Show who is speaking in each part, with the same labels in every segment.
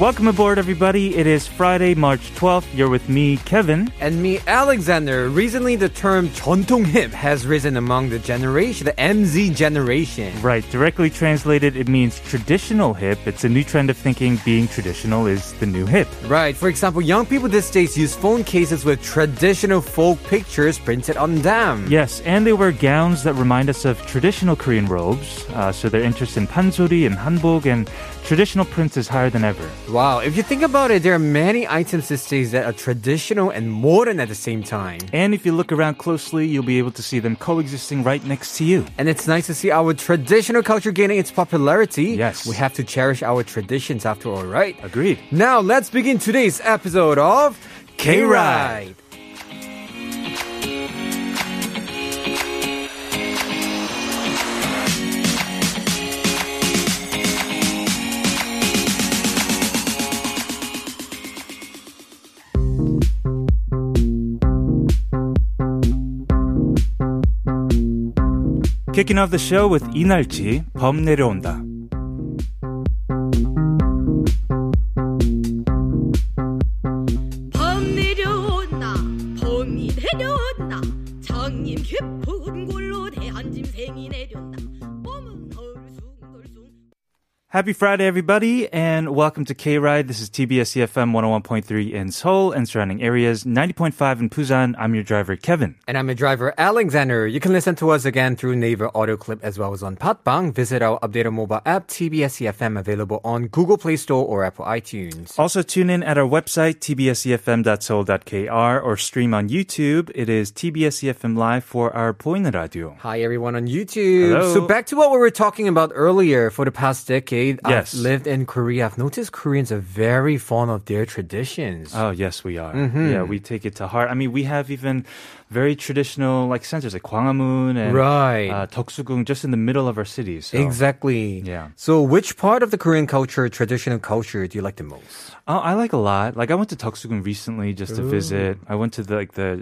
Speaker 1: Welcome aboard, everybody. It is Friday, March 12th. You're with me, Kevin.
Speaker 2: And me, Alexander. Recently, the term 전통 hip has risen among the generation, the MZ generation.
Speaker 1: Right, directly translated, it means traditional hip. It's a new trend of thinking being traditional is the new hip.
Speaker 2: Right. For example, young people these days use phone cases with traditional folk pictures printed on them.
Speaker 1: Yes, and they wear gowns that remind us of traditional Korean robes. Uh, so their interest in pansori and hanbok and traditional prints is higher than ever.
Speaker 2: Wow. If you think about it, there are many items these days that are traditional and modern at the same time.
Speaker 1: And if you look around closely, you'll be able to see them coexisting right next to you.
Speaker 2: And it's nice to see our traditional culture gaining its popularity.
Speaker 1: Yes.
Speaker 2: We have to cherish our traditions after all, right?
Speaker 1: Agreed.
Speaker 2: Now, let's begin today's episode of K Ride.
Speaker 1: Kicking off the show with 이날치, 범 내려온다.
Speaker 3: 범 내려온다 범이 내려온다 장님 깊은 골로 대한 짐승이 내려온다 범은 얼숭덜숭
Speaker 1: Happy Friday, everybody, and welcome to K Ride. This is TBS EFM 101.3 in Seoul and surrounding areas, 90.5 in Busan. I'm your driver, Kevin.
Speaker 2: And I'm your driver, Alexander. You can listen to us again through Naver Audio Clip as well as on Patbang. Visit our updated mobile app, TBS EFM, E available on Google Play Store or Apple iTunes.
Speaker 1: Also, tune in at our website, tbsefm.soul.kr, or stream on YouTube. It is TBS EFM E Live for our Poin Radio.
Speaker 2: Hi, everyone on YouTube.
Speaker 1: Hello.
Speaker 2: So, back to what we were talking about earlier. For the past decade,
Speaker 1: Yes.
Speaker 2: I've lived in Korea. I've noticed Koreans are very fond of their traditions.
Speaker 1: Oh, yes, we are. Yeah, we take it to heart. I mean, we have even very traditional, like, centers like Gwanghwamun and
Speaker 2: Right.
Speaker 1: uh, Deoksugung just in the middle of our city. So.
Speaker 2: Exactly.
Speaker 1: Yeah.
Speaker 2: So, which part of the Korean culture, traditional culture, do you like the most?
Speaker 1: Oh, I like a lot. Like I went to Deoksugung recently just to visit. I went to the, like the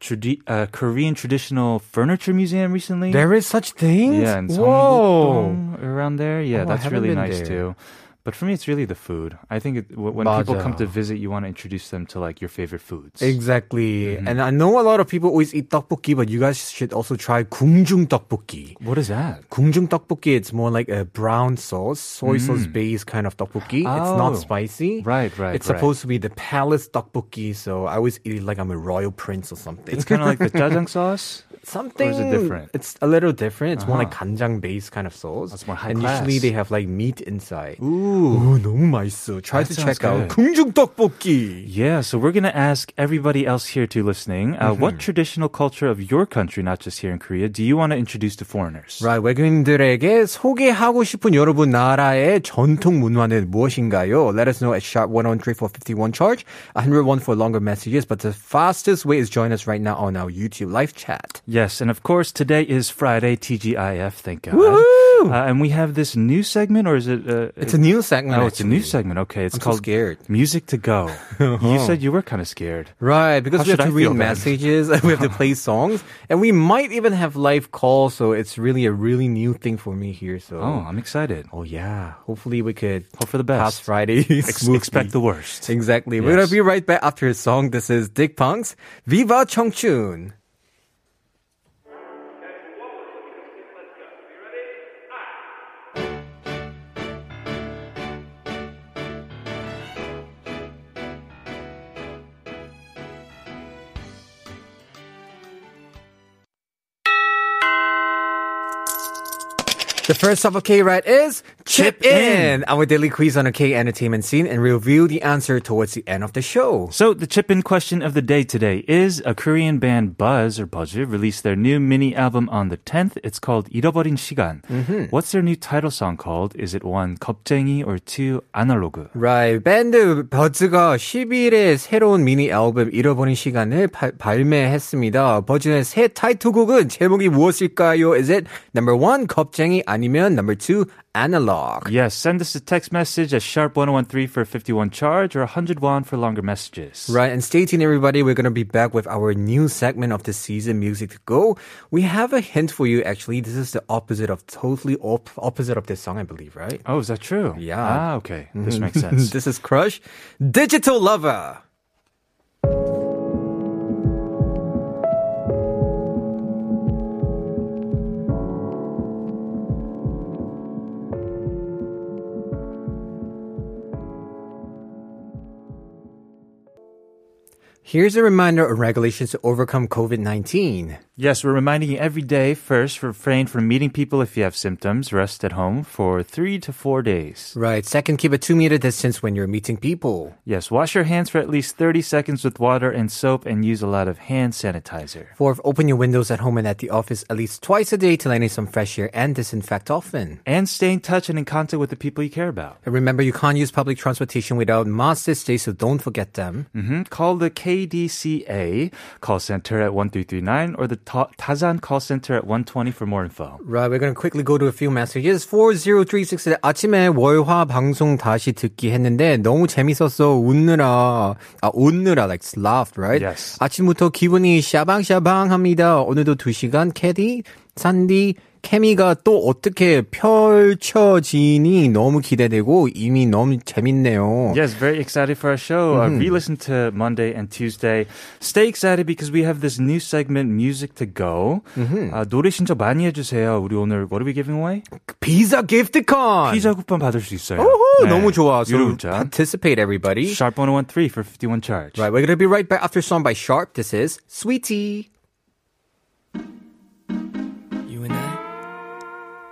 Speaker 1: tradi- uh, Korean traditional furniture museum recently.
Speaker 2: There is such things.
Speaker 1: yeah, in
Speaker 2: Whoa.
Speaker 1: Seongdong around there. Yeah,
Speaker 2: Oh, I
Speaker 1: that's
Speaker 2: haven't
Speaker 1: really
Speaker 2: been
Speaker 1: nice
Speaker 2: there.
Speaker 1: too. But for me, it's really the food. I think it, w- when people come to
Speaker 2: 맞아.
Speaker 1: visit, you want to introduce them to like your favorite foods.
Speaker 2: Exactly.
Speaker 1: Mm-hmm.
Speaker 2: And I know a lot of people always eat tteokbokki, but you guys should also try gungjung tteokbokki.
Speaker 1: What is that?
Speaker 2: Gungjung tteokbokki, it's more like a brown sauce, soy sauce based kind of tteokbokki. It's
Speaker 1: Mm. Oh.
Speaker 2: not spicy.
Speaker 1: Right, right,
Speaker 2: It's
Speaker 1: right.
Speaker 2: supposed to be the palace tteokbokki, so I always eat it like I'm a royal prince or something.
Speaker 1: It's kind of like the jajang sauce.
Speaker 2: something
Speaker 1: different? Uh-huh.
Speaker 2: It's a little different. It's more like 간장 based kind of sauce.
Speaker 1: That's more high
Speaker 2: And
Speaker 1: class.
Speaker 2: usually they have like meat inside. Ooh, 너무 맛있어. Try
Speaker 1: That
Speaker 2: to
Speaker 1: sounds
Speaker 2: check out
Speaker 1: good.
Speaker 2: gungjung tteokbokki.
Speaker 1: Yeah, so we're going to ask everybody else here to listening, uh, what
Speaker 2: Mm-hmm.
Speaker 1: traditional culture of your country, not just here in Korea, do you want to introduce to foreigners?
Speaker 2: Right, 외국인들에게 소개하고 싶은 여러분 나라의 전통 문화는 무엇인가요? Let us know at sharp oh 113 for 51 charge, 101 for longer messages, but the fastest way is join us right now on our YouTube live chat.
Speaker 1: Yes, and of course, today is Friday, TGIF, thank God. Uh, and we have this new segment, or is it? Uh,
Speaker 2: It's a new segment.
Speaker 1: Oh, it's a new
Speaker 2: actually.
Speaker 1: segment. Okay, it's
Speaker 2: I'm so
Speaker 1: called
Speaker 2: scared.
Speaker 1: Music to Go. you said you were kind of scared.
Speaker 2: Right, because
Speaker 1: How
Speaker 2: we have to
Speaker 1: should I feel then?
Speaker 2: read messages, we have to play songs, and we might even have live calls, so it's really a really new thing for me here, so.
Speaker 1: Oh, I'm excited.
Speaker 2: Oh, yeah. Hopefully we could
Speaker 1: Hope for the
Speaker 2: pass
Speaker 1: best.
Speaker 2: Friday.
Speaker 1: Ex-
Speaker 2: smoothly.
Speaker 1: expect the worst.
Speaker 2: Exactly. We're
Speaker 1: Yes.
Speaker 2: gonna be right back after his song. This is Dick Punk's Viva Chongchun. The first stop of K Ride is Chip,
Speaker 1: Chip
Speaker 2: in.
Speaker 1: In.
Speaker 2: our daily quiz on the K entertainment scene and reveal the answer towards the end of the show.
Speaker 1: So the chip in question of the day today is a Korean band Buzz or Buzz released their new mini album on the 10th. It's called 잃어버린 시간.
Speaker 2: Mm-hmm.
Speaker 1: What's their new title song called? Is it one 겁쟁이 or two 아날로그?
Speaker 2: Right. 밴드 버즈가 10일에 새로운 미니 앨범 잃어버린 시간을 파- 발매했습니다. 버즈의 새 타이틀곡은 제목이 무엇일까요? Is it number one 겁쟁이 아니면 number two analog?
Speaker 1: Yes, send us a text message at sharp1013 for 51 charge or 100 won for longer messages.
Speaker 2: Right, and stay tuned, everybody. We're going to be back with our new segment of the season, Music to Go. We have a hint for you, actually. This is the opposite of, totally op- opposite of this song, I believe, right?
Speaker 1: Oh, is that true?
Speaker 2: Yeah. Mm-hmm.
Speaker 1: Ah, okay. This makes sense.
Speaker 2: This is Crush, Digital Lover. Here's a reminder of regulations to overcome COVID 19.
Speaker 1: Yes, we're reminding you every day first, refrain from meeting people if you have symptoms, rest at home for three to four days.
Speaker 2: Right, second, keep a two meter distance when you're meeting people.
Speaker 1: Yes, wash your hands for at least 30 seconds with water and soap and use a lot of hand sanitizer.
Speaker 2: Fourth, open your windows at home and at the office at least twice a day to let in some fresh air and disinfect often.
Speaker 1: And stay in touch and in contact with the people you care about.
Speaker 2: And remember, you can't use public transportation without masks this day, so don't forget them.
Speaker 1: hmm Call the KDCA call center at 1339 or the Ta- Tazan call center at 120 for more info.
Speaker 2: Right, we're going to quickly go to a few messages. 4036에 아침에 월화 방송 다시 듣기 했는데 너무 재밌었어. 웃느라. 아, 웃느라. Like, laughed, right?
Speaker 1: Yes.
Speaker 2: 아침부터 기분이 샤방샤방합니다. 오늘도 2시간 캐디, 산디, 케미가 또 어떻게 펼쳐지니 너무 기대되고 이미 너무 재밌네요.
Speaker 1: Yes, very excited for our show. Uh,
Speaker 2: Mm-hmm.
Speaker 1: re-listen to Monday and Tuesday. Stay excited because we have this new segment, Music to Go.
Speaker 2: Mm-hmm.
Speaker 1: 아, 노래 신청 많이 해주세요. 우리 오늘 what are we giving away?
Speaker 2: 비자 기프트콘.
Speaker 1: 피자 쿠폰 받을 수 있어요.
Speaker 2: 오호, 너무 좋아.
Speaker 1: 네. 유료
Speaker 2: So
Speaker 1: 문자.
Speaker 2: participate everybody.
Speaker 1: Sharp 1013 for 51 charge.
Speaker 2: Right, we're going to be right back after song by Sharp. This is Sweetie.
Speaker 4: You and I?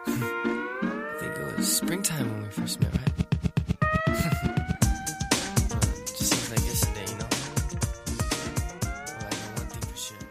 Speaker 4: I think it was springtime when we first met, right? Just seems like yesterday, you know? Well, I know one thing for sure.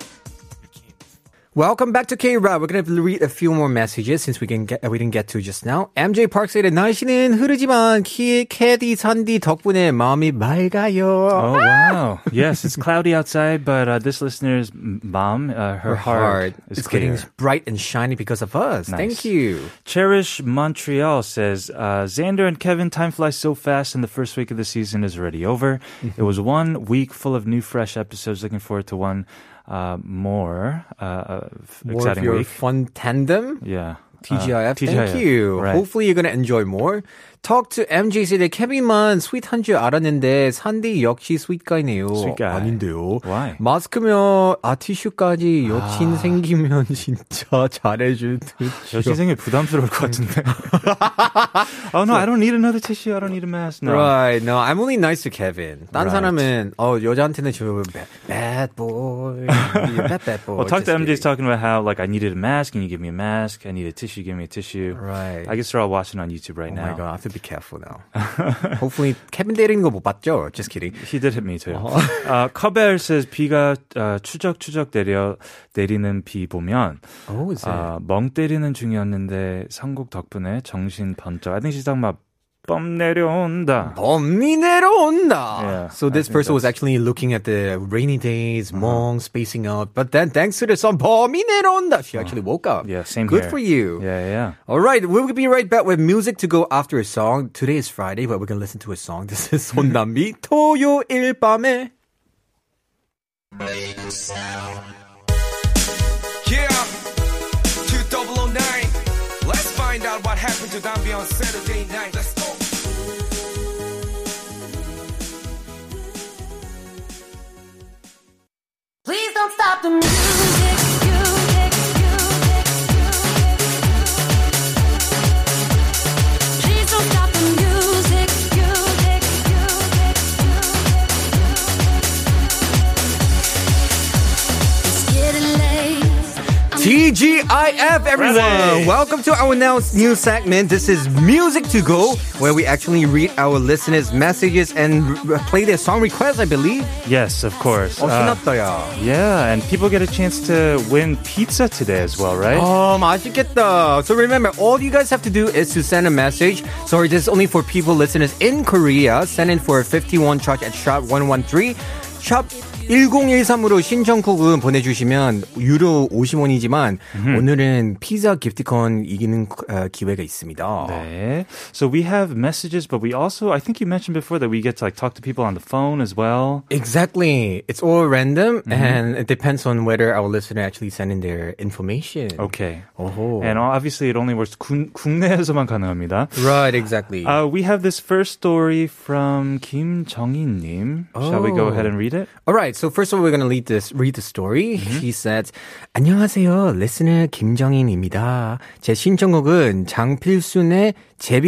Speaker 4: We came this far.
Speaker 2: Welcome back to K-Rod. We're going to read a few more messages since we can get we didn't get to just now. MJ Park said, 날씨는 흐르지만 키 캐디 산디 덕분에 마음이 맑아요.
Speaker 1: Oh wow! yes, it's cloudy outside, but uh, this listener's m- mom, uh, her, heart, is
Speaker 2: It's
Speaker 1: clear.
Speaker 2: getting bright and shiny because of us. Thank
Speaker 1: Nice.
Speaker 2: you.
Speaker 1: Cherish Montreal says, uh, Xander and Kevin, time flies so fast, and the first week of the season is already over.
Speaker 2: Mm-hmm.
Speaker 1: It was one week full of new, fresh episodes. Looking forward to one uh, more uh, uh, f-
Speaker 2: More of
Speaker 1: exciting
Speaker 2: your
Speaker 1: week.
Speaker 2: fun tandem.
Speaker 1: yeah. Uh,
Speaker 2: TGIF. Thank
Speaker 1: TGIF,
Speaker 2: you.
Speaker 1: Right.
Speaker 2: Hopefully you're gonna enjoy more. Talk to MJ 세대 케빈만 스윗한 줄 알았는데 산디 역시 스윗가이네요.
Speaker 1: Sweet guy.
Speaker 2: 아닌데요.
Speaker 1: Why?
Speaker 2: 마스크며 아티슈까지 여친 생기면 진짜 잘해줄 듯.
Speaker 1: 여신생이 부담스러울 것 같은데. oh no, I don't need another tissue. I don't need a mask. No.
Speaker 2: Right, no, I'm only nice to Kevin. 딴
Speaker 1: Right.
Speaker 2: 사람은 어 여자한테는 저 bad, bad boy, you're bad bad boy.
Speaker 1: Well, 어, talk to
Speaker 2: Just
Speaker 1: MJ's
Speaker 2: kidding.
Speaker 1: talking about how like I needed a mask and you give me a mask. I need a tissue, give me a tissue.
Speaker 2: Right.
Speaker 1: I guess they're all watching on YouTube right
Speaker 2: Oh
Speaker 1: now.
Speaker 2: my god, I have to be careful now. Hopefully, 케빈 때리는 거 못 봤죠? Just kidding.
Speaker 1: He did hit me too.
Speaker 2: Uh-huh.
Speaker 1: Uh, Cabell says 비가 uh, 추적 추적 내려 내리는 비 보면
Speaker 2: Oh, is it?
Speaker 1: uh, 멍 때리는 중이었는데 선곡 덕분에 정신 번쩍. I think she's talking about 뻔 내려온다.
Speaker 2: 범이 내려온다.
Speaker 1: Yeah, Uh-huh.
Speaker 2: so this
Speaker 1: I think
Speaker 2: person was actually looking at the rainy days, mong, spacing out. But then thanks to the song 범이 내려온다, she actually woke up.
Speaker 1: Uh-huh. Yeah, same
Speaker 2: Good
Speaker 1: here.
Speaker 2: for you.
Speaker 1: Yeah, yeah.
Speaker 2: All right, we'll be right back with music to go after a song. Today is Friday, but we're going to listen to a song. This is 손담비 토요일 밤에
Speaker 5: Yeah, 2009. Let's find out what happened to Dambi on Saturday night. Let's go.
Speaker 6: Please don't stop the music. music, music, music. Please don't stop the music, music, music, music. It's getting late.
Speaker 2: TGIF TGIF, everyone!
Speaker 1: Right.
Speaker 2: Welcome to our now new segment. This is Music to Go, where we actually read our listeners' messages and r- r- play their song requests, I believe.
Speaker 1: Yes, of course.
Speaker 2: Oh,
Speaker 1: Uh,
Speaker 2: 신났다야.
Speaker 1: yeah, and people get a chance to win pizza today as well, right?
Speaker 2: Oh, 맛있겠다. So remember, all you guys have to do is to send a message. Sorry, this is only for people listeners in Korea. Send in for 51 charge at shop 113. 샵 1013으로 신청곡은 보내주시면 유료 50원이지만 오늘은 피자 기프티콘 이기는 어, 기회가 있습니다.
Speaker 1: 네. So we have messages, but we also, I think you mentioned before that we get to like talk to people on the phone as well.
Speaker 2: Exactly. It's all random
Speaker 1: Mm-hmm.
Speaker 2: and it depends on whether our listener actually send in their information.
Speaker 1: Okay.
Speaker 2: Oh.
Speaker 1: And obviously it only works 군- 국내에서만 가능합니다.
Speaker 2: Right, exactly.
Speaker 1: Uh, we have this first story from Kim Jongin 님. Shall we go
Speaker 2: Oh.
Speaker 1: ahead and read it?
Speaker 2: All right. So first of all, we're gonna read this. Read the story. He says, "안녕하세요, 리스너 김정인입니다. 제 신청곡은 장필순의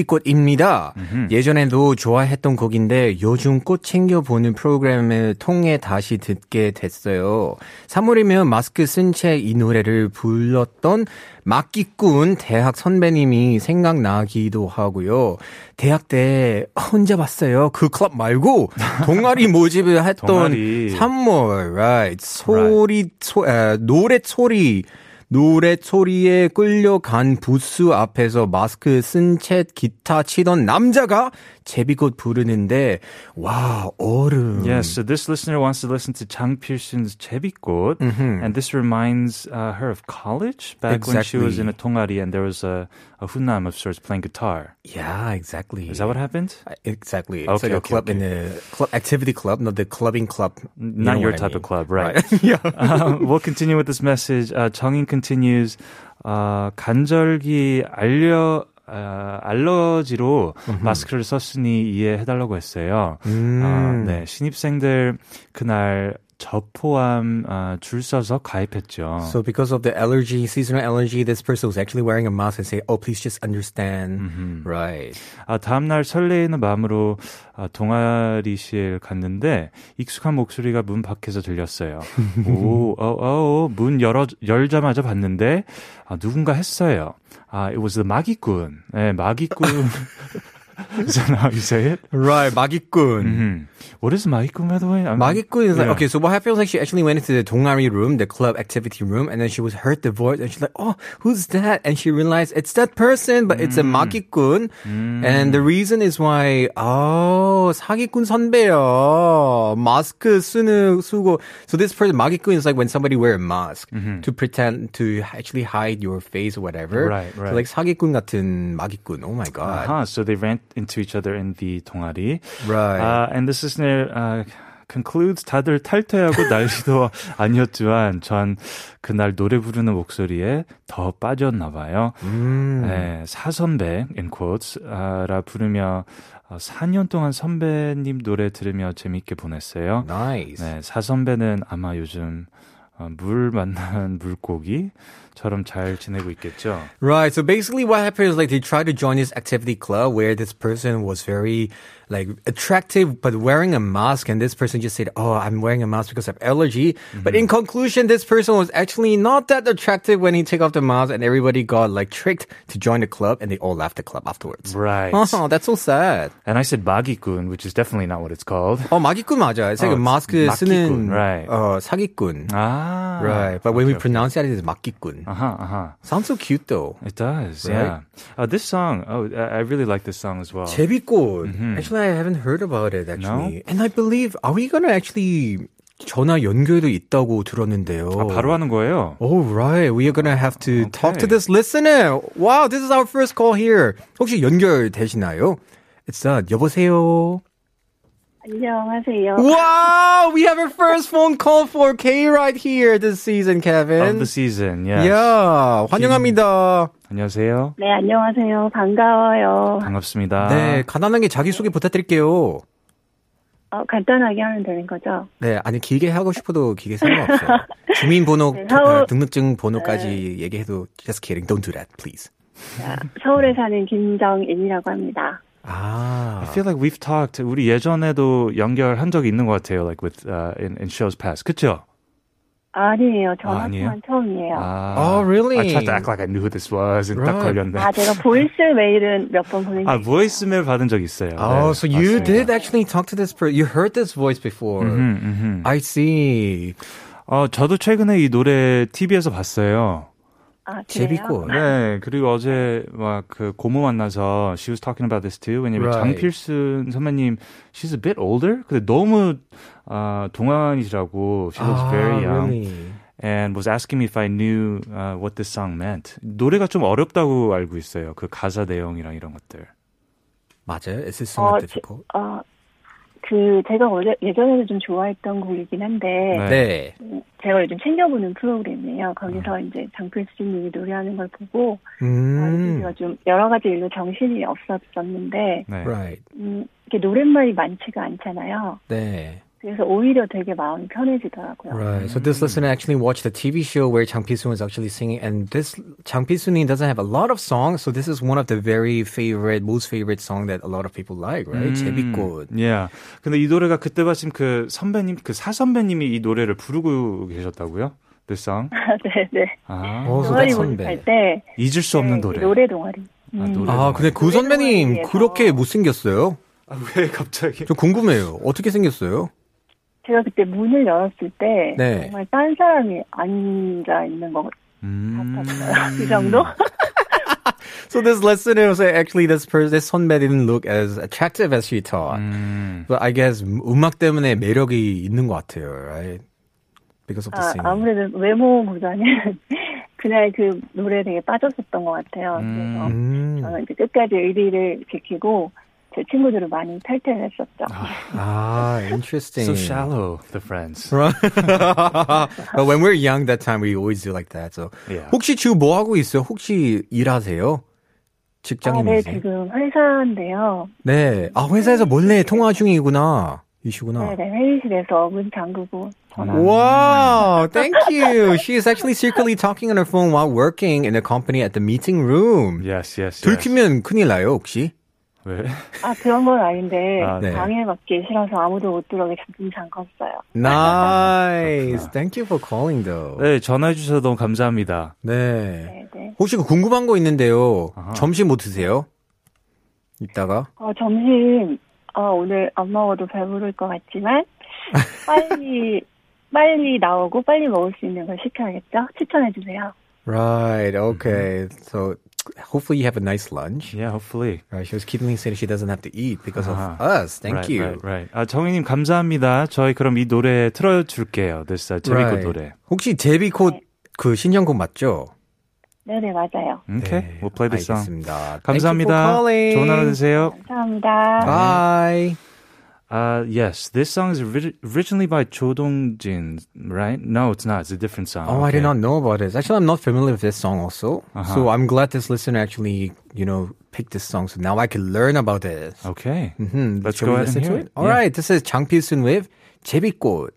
Speaker 2: 제비꽃입니다. 예전에도 좋아했던 곡인데 요즘 꽃 챙겨 보는 프로그램을 통해 다시 듣게 됐어요. 3월이면 마스크 쓴 채 이 노래를 불렀던 막기꾼 대학 선배님이 생각나기도 하고요. 대학 때 혼자 봤어요. 그 클럽 말고 동아리 모집을 했던
Speaker 1: 동아리.
Speaker 2: 3월, right. 소리, 소, 에, 노래 소리. 노래 소리에 끌려간 부스 앞에서 마스크 쓴 채 기타 치던 남자가 제비꽃 부르는데, 와, 얼음.
Speaker 1: Yes, so this listener wants to listen to Chang Pearson's Chebikot,
Speaker 2: Mm-hmm.
Speaker 1: and this reminds uh, her of college back when she was in a tongari and there was a, a hunnam of sorts playing guitar.
Speaker 2: Yeah, exactly.
Speaker 1: Is that what happened?
Speaker 2: Exactly. it's
Speaker 1: Okay,
Speaker 2: like a
Speaker 1: okay,
Speaker 2: club in a club activity club, not the clubbing club. You
Speaker 1: Not
Speaker 2: know
Speaker 1: your
Speaker 2: what I
Speaker 1: type of
Speaker 2: mean.
Speaker 1: club, right?
Speaker 2: yeah.
Speaker 1: um, we'll continue with this message. Uh, 정인 continues. 어, 간절기 알려 어, 알러지로 마스크를 썼으니 이해해달라고 했어요. 어, 네, 신입생들 그날 저 포함 어, 줄 서서 가입했죠.
Speaker 2: So because of the allergy, seasonal allergy, this person was actually wearing a mask and say, "Oh, please just understand." Right.
Speaker 1: 아, 다음날 설레이는 마음으로 아, 동아리실 갔는데 익숙한 목소리가 문 밖에서 들렸어요. 오, 어, 어, 어, 문 열어, 열자마자 봤는데 아, 누군가 했어요. 아, it was the 마기꾼. 네, 마기꾼. Is that how you say it?
Speaker 2: Right. 마기꾼.
Speaker 1: Hmm. What is 마기꾼 by the way? I'm-
Speaker 2: 마기꾼 is like
Speaker 1: Yeah.
Speaker 2: okay. So what happened was like she actually went into the 동아리 room, the club activity room, and then she was heard the voice, and she's like, "Oh, who's that?" And she realized it's that person, but it's a
Speaker 1: Mm.
Speaker 2: 마기꾼, and the reason is why oh 사기꾼 선배요 마스크 쓰는 쓰고. So this person 마기꾼 is like when somebody wear a mask
Speaker 1: Mm-hmm.
Speaker 2: to pretend to actually hide your face or whatever.
Speaker 1: Right,
Speaker 2: So
Speaker 1: right.
Speaker 2: like 사기꾼 같은 마기꾼. Oh my god.
Speaker 1: Uh-huh. So they ran into each other in the 동아리.
Speaker 2: Right.
Speaker 1: Uh, and this listener uh, concludes 다들 탈퇴하고 날씨도 아니었지만 전 그날 노래 부르는 목소리에 더 빠졌나 봐요. 네, 사선배 in quotes 아, 라 부르며 어, 4년 동안 선배님 노래 들으며 재밌게 보냈어요.
Speaker 2: Nice.
Speaker 1: 네, 사선배는 아마 요즘 어, 물 만난 물고기처럼 잘 지내고 있겠죠.
Speaker 2: Right. So basically, what happened is like they tried to join this activity club where this person was very like attractive, but wearing a mask, and this person just said, "Oh, I'm wearing a mask because I have allergy."
Speaker 1: Mm-hmm.
Speaker 2: But in conclusion, this person was actually not that attractive when he took off the mask, and everybody got like tricked to join the club, and they all left the club afterwards.
Speaker 1: Right.
Speaker 2: Oh, that's so sad.
Speaker 1: And I said 마기꾼, which is definitely not what it's called.
Speaker 2: 어 마기꾼 맞아. It's like
Speaker 1: Oh,
Speaker 2: a
Speaker 1: it's
Speaker 2: mask
Speaker 1: 막기꾼,
Speaker 2: 쓰는
Speaker 1: right.
Speaker 2: 어 사기꾼.
Speaker 1: Ah.
Speaker 2: Right. But when we pronounce it, it's 막기꾼.
Speaker 1: Uh-huh, uh-huh.
Speaker 2: Sounds so cute though.
Speaker 1: It does, yeah.
Speaker 2: Right?
Speaker 1: Uh, this song, oh, I I really like this song as well.
Speaker 2: 제비꽃. 아. Actually, I haven't heard about it actually. And I believe are we gonna actually 전화 연결도 있다고 들었는데요.
Speaker 1: 아, 바로 하는 거예요.
Speaker 2: Oh right, we are gonna have to talk to
Speaker 1: Okay.
Speaker 2: this listener. Wow, this is our first call here. 혹시 연결되시나요? It's uh, 여보세요.
Speaker 7: 안녕하세요.
Speaker 2: Wow, we have our first phone call for K right here this season,
Speaker 1: Of
Speaker 2: Kevin.
Speaker 1: the season, yeah.
Speaker 2: yeah, 환영합니다.
Speaker 1: 안녕하세요.
Speaker 7: 네, 안녕하세요. 반가워요.
Speaker 1: 반갑습니다.
Speaker 2: 네, 간단하게 자기소개 부탁드릴게요.
Speaker 7: 어, 간단하게 하면 되는 거죠?
Speaker 2: 네, 아니 길게 하고 싶어도 길게 상관없어요. 주민번호
Speaker 7: 네,
Speaker 2: 두-
Speaker 7: 서울-
Speaker 2: 어, 등록증 번호까지 얘기해도 just kidding, don't do that, please.
Speaker 1: 네.
Speaker 7: 서울에 사는 김정인이라고 합니다.
Speaker 1: I
Speaker 2: 아,
Speaker 1: feel like we've talked. 우리 예전에도 연결한 적이 있는 것 같아요, like with uh, in, in shows past. 그쵸?
Speaker 7: 아니에요.
Speaker 1: 아,
Speaker 7: 전화
Speaker 1: 아니에요?
Speaker 7: 통화 처음이에요. 아.
Speaker 1: Ah,
Speaker 2: Oh, really?
Speaker 1: I tried to act like I knew who this was, and 딱
Speaker 2: Right.
Speaker 1: 걸렸네.
Speaker 7: 아, 제가 보이스 메일은 몇 번 보냈는데
Speaker 1: 아, 보이스메일 받은 적 있어요. 네,
Speaker 2: Oh, so you
Speaker 1: 맞습니다.
Speaker 2: did actually talk to this person. You heard this voice before. I see.
Speaker 1: 어, 저도 최근에 이 노래 TV에서 봤어요.
Speaker 7: 아, 그래요?
Speaker 2: 재밌고.
Speaker 1: 네, 그리고 어제 막 그 고모 만나서 she was talking about this too. 왜냐면
Speaker 2: Right.
Speaker 1: 장필순 선배님 she's a bit older. 근데 너무 아, 동안이시라고 she
Speaker 2: 아,
Speaker 1: looks very young and was asking me if I knew uh, what this song meant. 노래가 좀 어렵다고 알고 있어요. 그 가사 내용이랑 이런 것들.
Speaker 2: 맞아요. Is this
Speaker 7: 어,
Speaker 2: somewhat
Speaker 7: 지-
Speaker 2: difficult?
Speaker 7: 어, 그 제가 원래 예전에도 좀 좋아했던 곡이긴 한데
Speaker 1: 네.
Speaker 2: 네.
Speaker 7: 제가 요즘 챙겨보는 프로그램이에요. 거기서
Speaker 1: 음.
Speaker 7: 이제 장필수님이 노래하는 걸 보고 아,
Speaker 2: 음.
Speaker 7: 제가 좀 여러 가지 일로 정신이 없었었는데
Speaker 1: 네.
Speaker 2: Right.
Speaker 7: 음, 이게 노랫말이 많지가 않잖아요.
Speaker 2: 네.
Speaker 7: 그래서 오히려 되게 마음이 편해지더라고요.
Speaker 2: Right. So this listener actually watched the TV show where Chang Pisung was actually singing, and this Chang Pisung doesn't have a lot of songs, so this is one of the very favorite, most favorite song that a lot of people like, right? 재밌고.
Speaker 1: Yeah. 근데 이 노래가 그때 마침 그 선배님 그 사선배님이 이 노래를 부르고 계셨다고요? This song.
Speaker 7: 네, 네.
Speaker 1: 아.
Speaker 2: 어,
Speaker 7: 동아리
Speaker 2: 선배.
Speaker 7: 모집할 때
Speaker 1: 잊을 수 없는
Speaker 7: 네,
Speaker 1: 노래.
Speaker 7: 노래 동아리.
Speaker 1: 아, 노래.
Speaker 2: 아, 근데 그 선배님
Speaker 7: 노래방에서.
Speaker 2: 그렇게 못생겼어요?
Speaker 1: 아, 왜 갑자기?
Speaker 2: 좀 궁금해요. 어떻게 생겼어요?
Speaker 7: 제가 그때 문을 열었을 때
Speaker 2: 네.
Speaker 7: 정말 딴 사람이 앉아 있는 것
Speaker 1: 음.
Speaker 7: 같았어요. 그 정도?
Speaker 2: So this listener was like, actually this person, this 선배 didn't look as attractive as she thought. But I guess 음악 때문에 매력이 있는 것 같아요, right? Because of the
Speaker 7: 아,
Speaker 2: singing.
Speaker 7: 아무래도 외모보다는 그날 그 노래에 되게 빠졌었던 것 같아요. 그래서
Speaker 2: 음.
Speaker 7: 저는 이제 끝까지 의리를 지키고 제 친구들을 많이 탈퇴를 했었죠.
Speaker 2: 아, interesting.
Speaker 1: So shallow, the friends.
Speaker 2: But when we're young that time we always do like that. So
Speaker 1: Yeah.
Speaker 2: 혹시 지금 뭐 하고 있어요? 혹시 일하세요?
Speaker 7: 아, 네,
Speaker 2: 직장인이세요?
Speaker 7: 지금 회사인데요.
Speaker 2: 네. 아, 회사에서 몰래 통화 중이구나. 이시구나.
Speaker 7: 네, 네, 회의실에서 문 잠그고 전화.
Speaker 2: Wow, thank you. She is actually secretly talking on her phone while working in the company at the meeting room.
Speaker 1: Yes, yes. yes.
Speaker 2: 들키면 큰일 나요, 혹시?
Speaker 1: 왜?
Speaker 7: 아, 그런 건 아닌데
Speaker 1: 아,
Speaker 2: 네.
Speaker 7: 방해 받기 싫어서 아무도 못 들어오게 잠금 잠궜어요.
Speaker 2: Nice. Thank you for calling though.
Speaker 1: 네, 전화해 주셔서 너무 감사합니다.
Speaker 2: 네.
Speaker 7: 네, 네.
Speaker 2: 혹시 그 궁금한 거 있는데요. 점심 뭐 드세요? 이따가?
Speaker 7: 어, 점심, 어, 오늘 안 먹어도 배부를 것 같지만, 빨리, 빨리 나오고 빨리 먹을 수 있는 걸 시켜야겠죠? 추천해주세요.
Speaker 2: Right. Okay. So hopefully you have a nice lunch.
Speaker 1: Mm-hmm. Yeah, hopefully.
Speaker 2: Right. She was keeping saying she doesn't have to eat because
Speaker 1: Ah.
Speaker 2: of us. Thank
Speaker 1: right,
Speaker 2: you.
Speaker 1: Right, right. 아, 정희님 감사합니다. 저희 그럼 이 노래 틀어줄게요. This uh, 재밌고
Speaker 2: Right.
Speaker 1: 노래.
Speaker 2: 혹시 제비콧 그 신청곡 맞죠?
Speaker 7: 네네, 맞아요.
Speaker 1: Okay,
Speaker 2: 네,
Speaker 1: we'll play this song.
Speaker 2: 알겠습니다.
Speaker 1: 감사합니다. 좋은 하루 되세요.
Speaker 7: 감사합니다.
Speaker 2: Bye.
Speaker 1: Uh, yes, this song is ori- originally by Cho Dong-jin, right? No, it's not. It's a different song.
Speaker 2: Oh, I did
Speaker 1: Okay. Uh-huh.
Speaker 2: not know about this. Actually, I'm not familiar with this song also. So I'm glad this listener actually, you know, picked this song. So now I can learn about this.
Speaker 1: Okay.
Speaker 2: Hmm,
Speaker 1: Let's
Speaker 2: shall
Speaker 1: go
Speaker 2: we
Speaker 1: ahead and
Speaker 2: listen
Speaker 1: hear
Speaker 2: to
Speaker 1: it?
Speaker 2: it. All
Speaker 1: Yeah.
Speaker 2: right, this is Chang Pilsun with 제비꽃.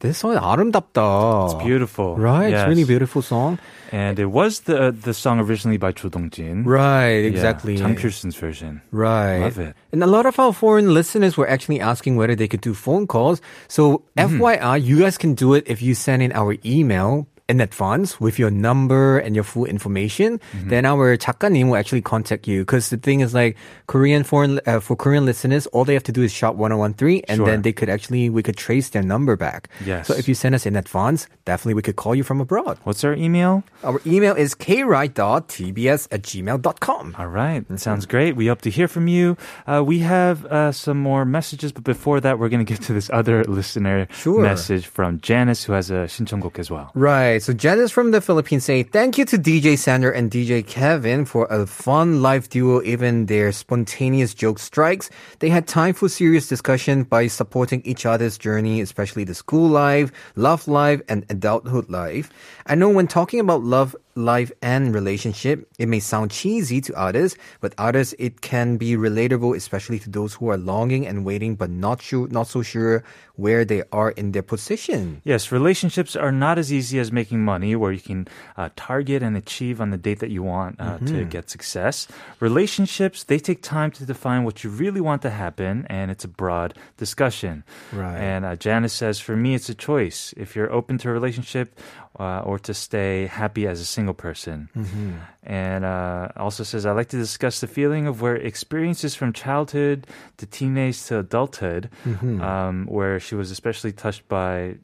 Speaker 2: This song 아름답다.
Speaker 1: It's beautiful.
Speaker 2: Right, it's
Speaker 1: Yes.
Speaker 2: really beautiful song.
Speaker 1: And it was the uh, the song originally by Cho Dong-jin.
Speaker 2: Right, exactly.
Speaker 1: Yeah, Jang Pearson's version.
Speaker 2: Right.
Speaker 1: Love it.
Speaker 2: And a lot of our foreign listeners were actually asking whether they could do phone calls. So
Speaker 1: Mm-hmm.
Speaker 2: FYI, you guys can do it if you send in our email in advance with your number and your full information.
Speaker 1: Mm-hmm.
Speaker 2: Then our 작가님 will actually contact you. Because the thing is like Korean foreign, uh, for Korean listeners, all they have to do is shop 1013 and
Speaker 1: Sure.
Speaker 2: then they could actually, we could trace their number back.
Speaker 1: Yes.
Speaker 2: So if you send us in advance, definitely we could call you from abroad.
Speaker 1: What's our email?
Speaker 2: Our email is kride.tbs at gmail.com.
Speaker 1: All right. That sounds great. We hope to hear from you. Uh, we have uh, some more messages, but before that, we're going to get to this other listener
Speaker 2: Sure.
Speaker 1: message from Janice, who has a 신청곡 as well.
Speaker 2: Right. So Janice from the Philippines say thank you to DJ Sander and DJ Kevin for a fun live duo. Even their spontaneous joke strikes, they had time for serious discussion by supporting each other's journey, especially the school life, love life, and adulthood life. I know when talking about love life and relationship. It may sound cheesy to others, but others it can be relatable, especially to those who are longing and waiting, but not sure, not so sure where they are in their position.
Speaker 1: Yes, relationships are not as easy as making money, where you can uh, target and achieve on the date that you want uh, to get success. Relationships, they take time to define what you really want to happen, and it's a broad discussion.
Speaker 2: Right.
Speaker 1: And uh, Janice says, for me, it's a choice. If you're open to a relationship uh, or to stay happy as a single person.
Speaker 2: Mm-hmm.
Speaker 1: And uh, also says, I like to discuss the feeling of where experiences from childhood to teenage to adulthood,
Speaker 2: Mm-hmm.
Speaker 1: um, where she was especially touched by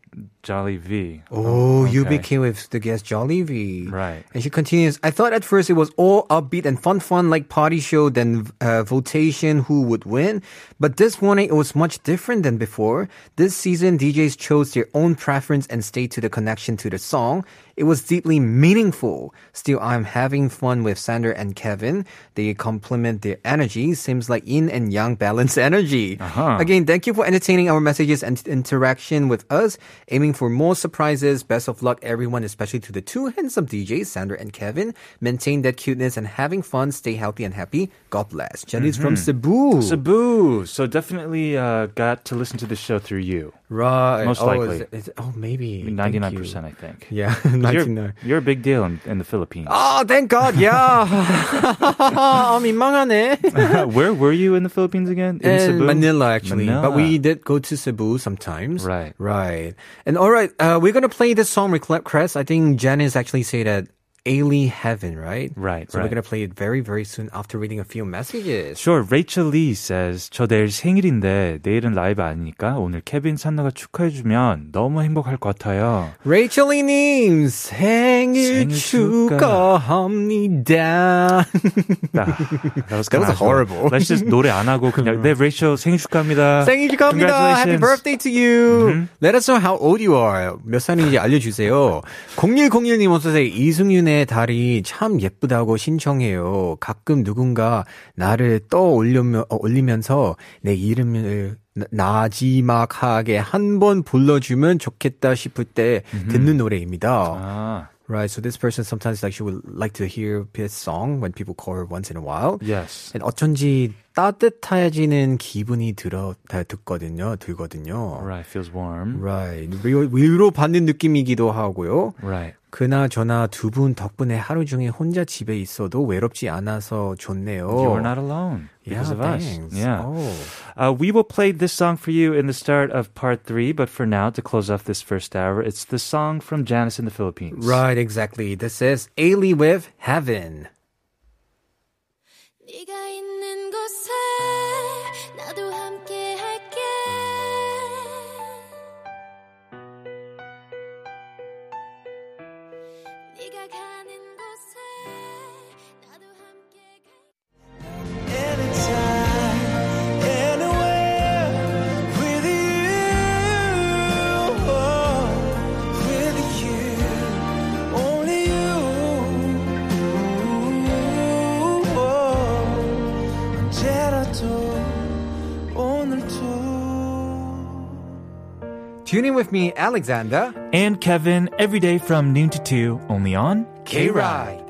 Speaker 1: Jolly V.
Speaker 2: Oh, you
Speaker 1: okay.
Speaker 2: became with the guest Jollivee.
Speaker 1: Right.
Speaker 2: And she continues, I thought at first it was all upbeat and fun, fun like party show, then uh, votation, who would win. But this morning it was much different than before. This season, DJs chose their own preference and stayed to the connection to the song. It was deeply meaningful. Still, I'm having fun with Sander and Kevin. They complement their energy. Seems like yin and yang balance energy.
Speaker 1: Uh-huh.
Speaker 2: Again, thank you for entertaining our messages and interaction with us. Aiming for more surprises. Best of luck, everyone, especially to the two handsome DJs, Sander and Kevin. Maintain that cuteness and having fun. Stay healthy and happy. God bless. Jenny's from
Speaker 1: Mm-hmm.
Speaker 2: Cebu.
Speaker 1: Cebu. So definitely uh, got to listen to the show through you.
Speaker 2: Right.
Speaker 1: Most
Speaker 2: oh,
Speaker 1: likely.
Speaker 2: is it- is it- oh, maybe. Thank you.
Speaker 1: 99%, I think.
Speaker 2: Yeah,
Speaker 1: You're,
Speaker 2: 99.
Speaker 1: you're a big deal in, in the Philippines.
Speaker 2: Oh, thank God, yeah. 아, 민망하네.
Speaker 1: Where were you in the Philippines again? In
Speaker 2: And
Speaker 1: Cebu?
Speaker 2: Uh, Manila, actually. But
Speaker 1: Manila.
Speaker 2: we did go to Cebu sometimes.
Speaker 1: Right.
Speaker 2: Right. And all right, uh, we're going to play this song, Recla- Crest. I think Janice actually said that Ailey Heaven, right?
Speaker 1: Right,
Speaker 2: So
Speaker 1: right.
Speaker 2: we're going to play it very, very soon after reading a few messages.
Speaker 1: Sure, Rachel Lee says 저 내일 생일인데 내일은 라이브 아니니까 오늘 케빈 산나가 축하해주면 너무 행복할 것 같아요.
Speaker 2: Rachel Lee 생일
Speaker 1: 생일 아,
Speaker 2: 축하합니다.
Speaker 1: that was,
Speaker 2: That was
Speaker 1: kinda
Speaker 2: horrible.
Speaker 1: Let's just 노래 안 하고 그냥 네 Rachel 생일 축하합니다.
Speaker 2: 생일 축하합니다. Happy
Speaker 1: 아, Congratulations. 음.
Speaker 2: birthday to you. Let us know how old you are. 몇 살인지 알려주세요. 0101님 어서오세요. 이승윤의 달이 참 예쁘다고 신청해요. 가끔 누군가 나를 떠올리며, 어, 올리면서 내 이름을 나- 나지막하게 한 번 불러주면 좋겠다 싶을 때 듣는 노래입니다.
Speaker 1: 음. 아,
Speaker 2: Right, so this person sometimes like she would like to hear this song when people call her once in a while.
Speaker 1: yes.
Speaker 2: And 네, 어쩐지 따뜻해지는 기분이 들어 다- 듣거든요. 들거든요.
Speaker 1: Right, feels warm.
Speaker 2: Right. 위로, 위로 받는 느낌이기도 하고요.
Speaker 1: Right.
Speaker 2: 그나저나 두 분 덕분에 하루 종일 혼자 집에 있어도 외롭지 않아서 좋네요.
Speaker 1: You are not alone
Speaker 2: yeah,
Speaker 1: because of
Speaker 2: thanks.
Speaker 1: us. Yeah.
Speaker 2: Oh.
Speaker 1: Uh, we will play this song for you in the start of part three, but for now, to close off this first hour, it's the song from Janice in the Philippines.
Speaker 2: Right, exactly. This is Ailey with Heaven.
Speaker 6: 네가 있는 곳에 나도 함께 할게 네가 가는 곳에 나도 함께 갈게
Speaker 2: Tune in with me, Alexander.
Speaker 1: And Kevin, every day from noon to two, only on
Speaker 2: K-Ride.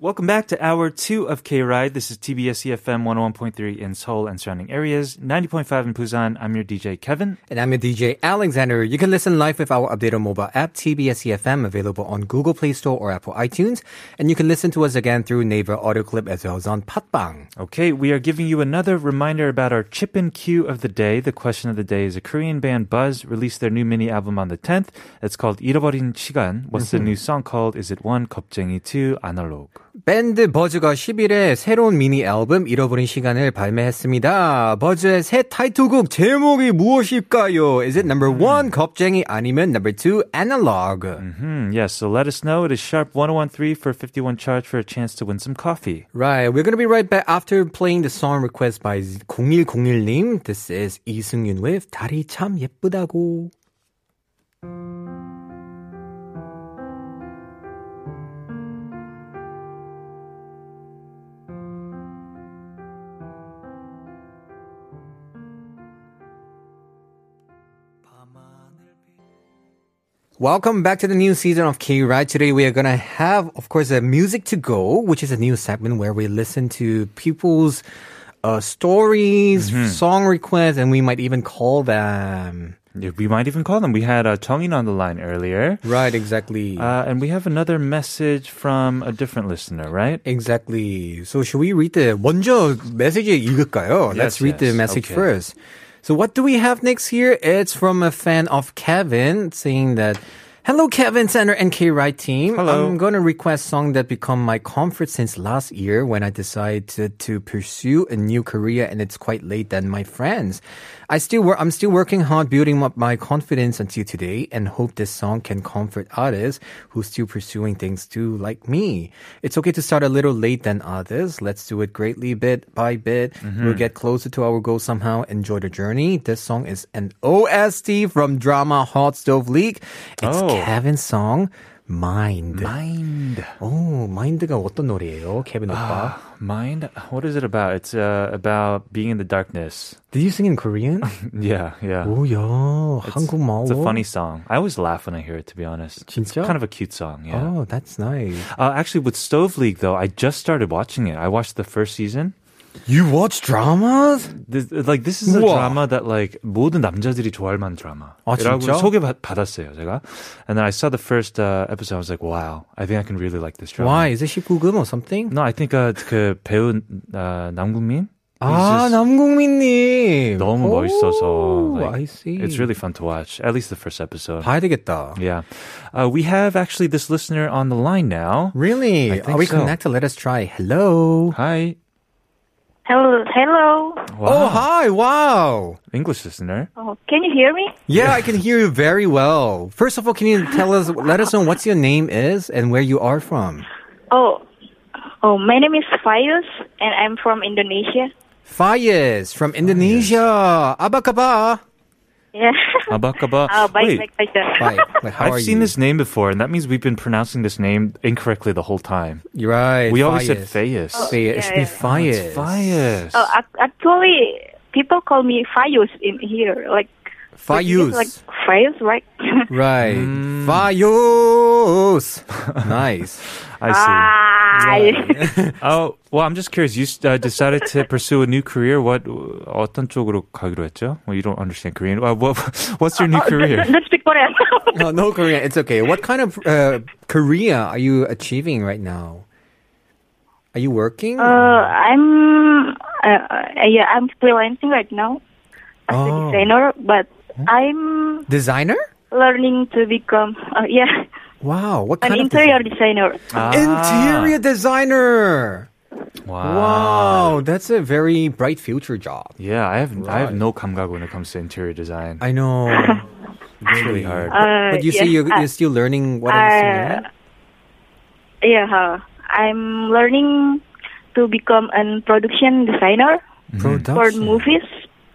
Speaker 1: Welcome back to hour two of K Ride. This is TBS EFM 101.3 in Seoul and surrounding areas, 90.5 in Busan. I'm your DJ Kevin.
Speaker 2: And I'm your DJ Alexander. You can listen live with our updated mobile app, TBS EFM, E available on Google Play Store or Apple iTunes. And you can listen to us again through Naver Audio Clip as well as on Patbang.
Speaker 1: Okay, we are giving you another reminder about our chip in cue of the day. The question of the day is a Korean band Buzz released their new mini album on the 10th. It's called 잃어버린 시간. What's the new song called? Is it one 겁쟁이 two analog?
Speaker 2: 밴드 버즈가 10일에 새로운 미니 앨범 잃어버린 시간을 발매했습니다. 버즈의 새 타이틀곡 제목이 무엇일까요? Is it number one 겁쟁이 아니면 number two analog?
Speaker 1: Hmm, yes, so let us know. It is sharp 1013 for 51 charge for a chance to win some coffee.
Speaker 2: Right, we're gonna be right back after playing the song request by 0101님. This is 이승윤 with 달이 참 예쁘다고. Welcome back to the new season of K Ride. Today we are gonna have, of course, a music to go, which is a new segment where we listen to people's uh, stories, song requests, and we might even call them.
Speaker 1: Yeah, We might even call them. We had uh, Chongin on the line earlier.
Speaker 2: Right, exactly.
Speaker 1: Uh, and we have another message from a different listener, right?
Speaker 2: Exactly. So should we read the 먼저 메시지 읽을까요?
Speaker 1: Yes,
Speaker 2: Let's read the
Speaker 1: yes.
Speaker 2: message
Speaker 1: Okay.
Speaker 2: first. So what do we have next here? It's from a fan of Kevin saying that Hello Kevin Center and K Right team.
Speaker 1: Hello.
Speaker 2: I'm going to request song that become my comfort since last year when I decided to pursue a new career and it's quite late than my friends. I still work I'm still working hard building up my confidence until today and hope this song can comfort others who still pursuing things too like me. It's okay to start a little late than others. Let's do it greatly bit by bit.
Speaker 1: Mm-hmm.
Speaker 2: We'll get closer to our goal somehow. Enjoy the journey. This song is an OST from drama Hot Stove League. It's
Speaker 1: Oh.
Speaker 2: Kevin's song Mind.
Speaker 1: Mind. Ah.
Speaker 2: 오, 마인드가 어떤 노래예요, 케빈 오빠?
Speaker 1: Mind? What is it about? It's uh, about being in the darkness.
Speaker 2: Did you sing in Korean?
Speaker 1: Yeah, yeah.
Speaker 2: 오야, 한국말로.
Speaker 1: It's a funny song. I always laugh when I hear it, to be honest. It's
Speaker 2: 진짜?
Speaker 1: kind of a cute song, yeah.
Speaker 2: Oh, that's nice.
Speaker 1: Uh, actually, with Stove League, though, I just started watching it. I watched the first season.
Speaker 2: You watch dramas?
Speaker 1: This, like, this is a
Speaker 2: 우와.
Speaker 1: drama that, like, 모든 남자들이 좋아할 만한 드라마.
Speaker 2: 아, 진짜?
Speaker 1: 소개받았어요, 제가. And then I saw the first uh, episode. I was like, wow, I think I can really like this drama.
Speaker 2: Why? Is it 19금 or something?
Speaker 1: No, I think uh, 그 배우 uh, 남궁민?
Speaker 2: 아,
Speaker 1: He's just
Speaker 2: 남궁민님.
Speaker 1: 너무
Speaker 2: 오,
Speaker 1: 멋있어서. like,
Speaker 2: I see.
Speaker 1: It's really fun to watch. At least the first episode.
Speaker 2: 봐야 되겠다.
Speaker 1: Yeah. Uh, we have actually this listener on the line now.
Speaker 2: Really?
Speaker 1: I
Speaker 2: Are
Speaker 1: think
Speaker 2: we
Speaker 1: so.
Speaker 2: connected? Let us try. Hello.
Speaker 1: Hi.
Speaker 7: Hello, hello.
Speaker 2: Oh,
Speaker 1: Wow.
Speaker 2: hi. Wow.
Speaker 1: English listener.
Speaker 7: Oh, can you hear me?
Speaker 2: Yeah, I can hear you very well. First of all, can you tell us, let us know what's your name is and where you are from?
Speaker 7: Oh, oh, my name is Fayus, and I'm from Indonesia.
Speaker 2: Fayez from Indonesia. Abakaba.
Speaker 7: Yeah.
Speaker 1: Abakaba.
Speaker 7: Oh, bye,
Speaker 1: Wait,
Speaker 7: bye, bye, bye.
Speaker 2: Bye. Like, how
Speaker 1: I've
Speaker 2: are
Speaker 1: seen
Speaker 2: you?
Speaker 1: this name before, and that means we've been pronouncing this name incorrectly the whole time.
Speaker 2: You're right.
Speaker 1: We always
Speaker 2: Fayez.
Speaker 1: said Oh, Fayez.
Speaker 2: Fayez. It should be Fayez.
Speaker 1: Fayez.
Speaker 7: Oh, ac- actually, people call me Fayus in here. Like
Speaker 2: Fayuz.
Speaker 7: It's like Fayus, right?
Speaker 2: Right.
Speaker 1: Mm.
Speaker 2: Fayuz. nice.
Speaker 1: I
Speaker 7: ah,
Speaker 1: see.
Speaker 7: Bye.
Speaker 1: Oh, well, I'm just curious. You uh, decided to pursue a new career. What, 어떤 쪽으로 가기로 했죠? Well, you don't understand Korean. Uh, what, what's your new career?
Speaker 7: Don't speak Korean.
Speaker 2: No, no Korean. It's okay. What kind of uh, Korea are you achieving right now? Are you working?
Speaker 7: Uh, I'm uh, uh, yeah, I'm freelancing right now as
Speaker 2: Oh.
Speaker 7: a designer, but I'm
Speaker 2: Designer?
Speaker 7: learning to become uh, yeah
Speaker 2: Wow. What
Speaker 7: an
Speaker 2: kind
Speaker 7: interior
Speaker 2: of
Speaker 7: designer.
Speaker 1: Ah, Ah.
Speaker 2: designer? Interior designer.
Speaker 1: Wow.
Speaker 2: Wow, that's a very bright future job.
Speaker 1: Yeah, I have I have
Speaker 2: Right.
Speaker 1: no 감각 when it comes to interior design.
Speaker 2: I know.
Speaker 1: It's really hard.
Speaker 7: Uh,
Speaker 2: but you
Speaker 7: yes, Uh,
Speaker 2: say you're,
Speaker 7: I-
Speaker 2: you're still learning what else you
Speaker 7: I,
Speaker 2: learn?
Speaker 7: yeah, huh. I'm learning to become an production designer
Speaker 1: Oh,
Speaker 7: for
Speaker 2: Production.
Speaker 7: movies.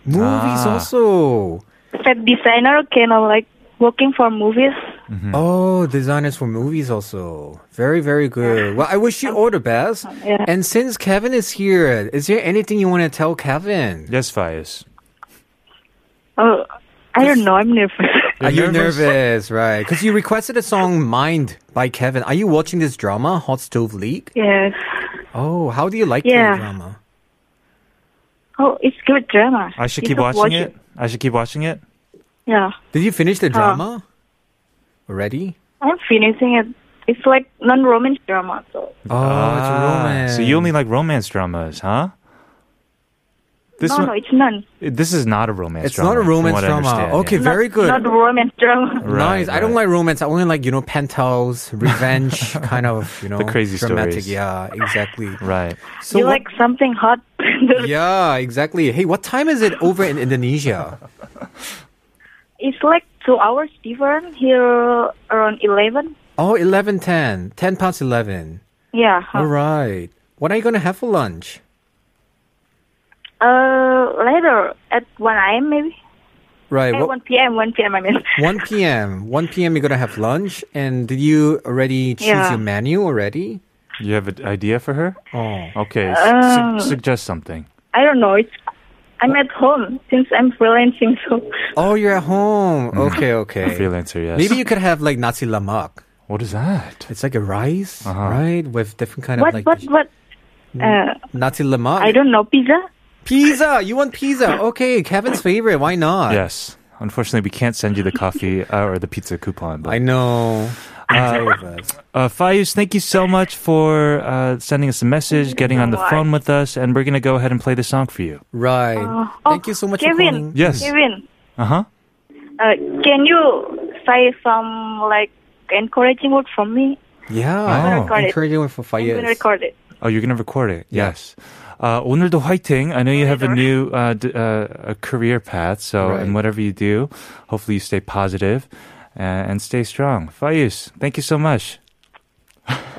Speaker 2: Movies
Speaker 1: Mm-hmm. Ah.
Speaker 2: also.
Speaker 7: Set designer kind of like working for movies.
Speaker 1: Mm.
Speaker 2: Oh, designers for movies also. Very, very good. Well, I wish you all the best.
Speaker 7: Um, Yeah.
Speaker 2: And since Kevin is here, is there anything you want to tell Kevin?
Speaker 1: Yes, Faiz.
Speaker 7: Oh, I don't know. I'm nervous.
Speaker 2: Are you
Speaker 1: nervous?
Speaker 2: nervous? Right. Because you requested a song, Mind, by Kevin. Are you watching this drama, Hot Stove League?
Speaker 7: yes.
Speaker 2: Oh, how do you like
Speaker 7: Yeah.
Speaker 2: the drama?
Speaker 7: Oh, it's good drama.
Speaker 1: I should
Speaker 7: You
Speaker 1: keep
Speaker 7: should
Speaker 1: watching
Speaker 7: watch
Speaker 1: it. I should keep watching it.
Speaker 7: Yeah,
Speaker 2: Did you finish
Speaker 7: Oh.
Speaker 2: the drama already?
Speaker 7: I'm finishing it. It's like non-romance drama, so
Speaker 2: Oh, it's a romance.
Speaker 1: Ah, So you only like romance dramas, huh? This
Speaker 7: no,
Speaker 1: one,
Speaker 7: no, it's none.
Speaker 1: this is not a romance.
Speaker 2: It's
Speaker 1: drama,
Speaker 2: not a
Speaker 1: from
Speaker 2: romance
Speaker 1: what I
Speaker 2: drama.
Speaker 1: understand,
Speaker 2: Okay,
Speaker 1: yeah.
Speaker 2: very good.
Speaker 7: Not romance drama.
Speaker 2: nice.
Speaker 1: Right,
Speaker 2: I don't
Speaker 1: right.
Speaker 2: like romance. I only like, you know, penthouse, revenge, kind of, you know,
Speaker 1: crazy
Speaker 2: dramatic.
Speaker 1: stories.
Speaker 2: Yeah, exactly.
Speaker 1: Right.
Speaker 2: So
Speaker 7: you
Speaker 2: what-
Speaker 7: like something hot?
Speaker 2: Yeah, exactly. Hey, what time is it over in Indonesia?
Speaker 7: It's like two hours different here around eleven.
Speaker 2: Oh, 11:10. 10 past 11.
Speaker 7: Yeah. huh.
Speaker 2: All right. What are you going to have for lunch?
Speaker 7: Uh, later at one a.m. maybe.
Speaker 2: Right.
Speaker 7: At
Speaker 2: what-
Speaker 7: one p.m. One p.m. I mean.
Speaker 2: 1 p.m. 1 p.m. you're going to have lunch and did you already choose
Speaker 7: Yeah.
Speaker 2: your menu already?
Speaker 1: You have an idea for her?
Speaker 2: Oh. Uh,
Speaker 1: Okay. s- su- suggest something.
Speaker 7: I don't know. It's I'm at home since I'm freelancing, so
Speaker 2: Oh, you're at home.
Speaker 1: Mm.
Speaker 2: Okay, okay.
Speaker 1: Freelancer, yes.
Speaker 2: Maybe you could have like nasi lemak.
Speaker 1: What is that?
Speaker 2: It's like a rice,
Speaker 1: Uh-huh.
Speaker 2: right? With different kind
Speaker 7: what,
Speaker 2: of like
Speaker 7: what, what? Uh,
Speaker 2: nasi lemak.
Speaker 7: I don't know pizza.
Speaker 2: pizza. You want pizza? Okay, Kevin's favorite. Why not?
Speaker 1: Yes. Unfortunately, we can't send you the coffee uh, or the pizza coupon.
Speaker 2: I
Speaker 1: But,
Speaker 2: know.
Speaker 1: uh, Fayus, thank you so much for uh, sending us a message, getting on the phone with us, and we're going to go ahead and play the song for you.
Speaker 2: right.
Speaker 7: Oh,
Speaker 2: Thank you so much for
Speaker 7: Kevin.
Speaker 2: calling.
Speaker 1: Yes.
Speaker 7: Kevin,
Speaker 1: Uh huh.
Speaker 7: uh, can you say some like encouraging word from me?
Speaker 2: Yeah.
Speaker 7: record it.
Speaker 2: Encouraging one for
Speaker 7: I'm gonna
Speaker 2: Fayez.
Speaker 7: record it.
Speaker 1: Oh, you're gonna record it. Yes. Uh, 오늘도 화이팅. I know you have a new uh, d- uh, a career path, so
Speaker 2: Right.
Speaker 1: in whatever you do, hopefully you stay positive uh, and, and stay strong. Fayus, thank you so much.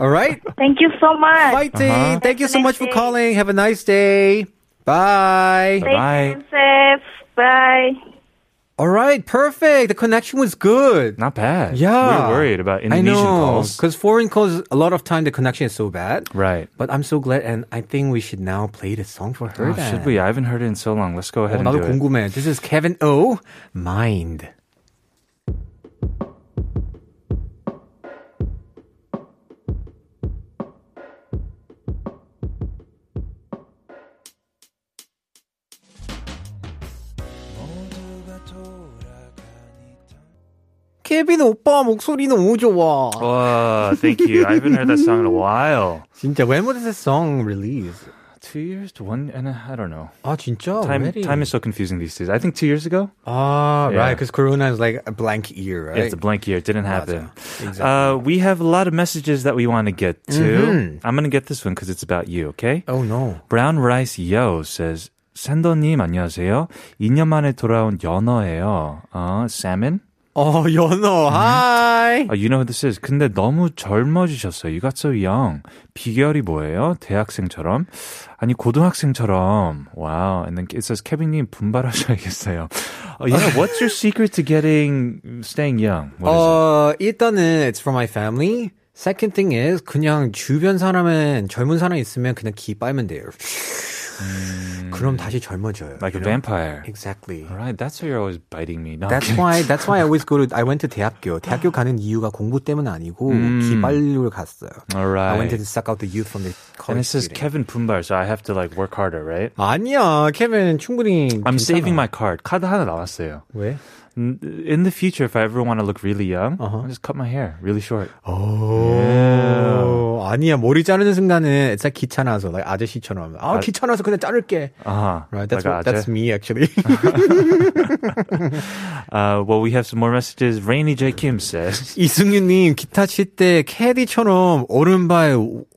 Speaker 2: All right.
Speaker 7: Thank you so much.
Speaker 2: Fighting.
Speaker 1: Uh-huh.
Speaker 2: Thank you so
Speaker 7: Uh-huh.
Speaker 2: much
Speaker 7: Have a nice
Speaker 2: for
Speaker 7: day.
Speaker 2: calling. Have a nice day. Bye.
Speaker 7: Stay
Speaker 1: Bye.
Speaker 7: safe. Bye.
Speaker 2: All right. Perfect. The connection was good.
Speaker 1: Not bad.
Speaker 2: Yeah.
Speaker 1: We were worried about
Speaker 2: I
Speaker 1: Indonesian
Speaker 2: know.
Speaker 1: calls.
Speaker 2: Because foreign calls, a lot of time the connection is so bad.
Speaker 1: Right.
Speaker 2: But I'm so glad, and I think we should now play the song for her.
Speaker 1: Oh,
Speaker 2: then.
Speaker 1: should we? I haven't heard Oh, it in so long. Let's go ahead
Speaker 2: 어,
Speaker 1: and do
Speaker 2: 나도 궁금해. This is Kevin O. Mind. 케빈 오빠 목소리는 오 좋아.
Speaker 1: it. Wow, thank you. I haven't heard that song in a while.
Speaker 2: 진짜 when was this song released?
Speaker 1: Two years to one and a, I don't know.
Speaker 2: 아 진짜?
Speaker 1: Time
Speaker 2: Already?
Speaker 1: time is so confusing these days. I think two years ago.
Speaker 2: 아,
Speaker 1: Yeah.
Speaker 2: right. Because Corona is like a blank year, right?
Speaker 1: Yeah, it's a blank year. It didn't happen.
Speaker 2: Exactly.
Speaker 1: Uh, we have a lot of messages that we want to get to. I'm going to get this one because it's about you, okay?
Speaker 2: oh no.
Speaker 1: Brown Rice Yo says, 샌더님, 안녕하세요. 2년 만에 돌아온 연어예요. 어, salmon?
Speaker 2: 어
Speaker 1: 음.
Speaker 2: 연어. Hi.
Speaker 1: Uh, you know who this is. 근데 너무 젊어지셨어요. You got so young. 비결이 뭐예요? 대학생처럼? 아니, 고등학생처럼. Wow. And then it says, 케빈님, 분발하셔야겠어요. Uh, yeah, what's your secret to getting, staying young? What is it?
Speaker 2: 어 일단은 it's from my family. Second thing is 그냥 주변 사람은 젊은 사람 있으면 그냥 기 빨면 돼요. 그럼 다시 젊어져요.
Speaker 1: 음. Like a 아,
Speaker 2: you know?
Speaker 1: vampire.
Speaker 2: Exactly.
Speaker 1: All right, that's why you're always biting me. No, I'm
Speaker 2: That's
Speaker 1: kidding.
Speaker 2: why that's why I always go to I went to 대학교. 대학교 가는 이유가 공부 때문 아니고
Speaker 1: 음.
Speaker 2: 기 빨리로 갔어요.
Speaker 1: All right.
Speaker 2: I went to suck out the youth from the
Speaker 1: and it
Speaker 2: college.
Speaker 1: says Kevin Pumbar, so I have to like work harder, right?
Speaker 2: 아니야, 케빈 충분히.
Speaker 1: I'm
Speaker 2: 괜찮아.
Speaker 1: saving my card. 카드 하나 나왔어요.
Speaker 2: 왜?
Speaker 1: N- In the future, if I ever want to look really young,
Speaker 2: Uh-huh.
Speaker 1: I'll just cut my hair really short.
Speaker 2: Oh. 오, 아니야 머리 자르는 순간은 it's like 귀찮아서 like 아저씨처럼 아 귀찮아서 그냥 자를게.
Speaker 1: Uh-huh.
Speaker 2: Right, that's
Speaker 1: Like
Speaker 2: what,
Speaker 1: a
Speaker 2: that's me actually.
Speaker 1: Uh, well, we have some more messages. Rainy J. Kim says,
Speaker 2: 이승윤님 기타 칠 때 캐디처럼 오른발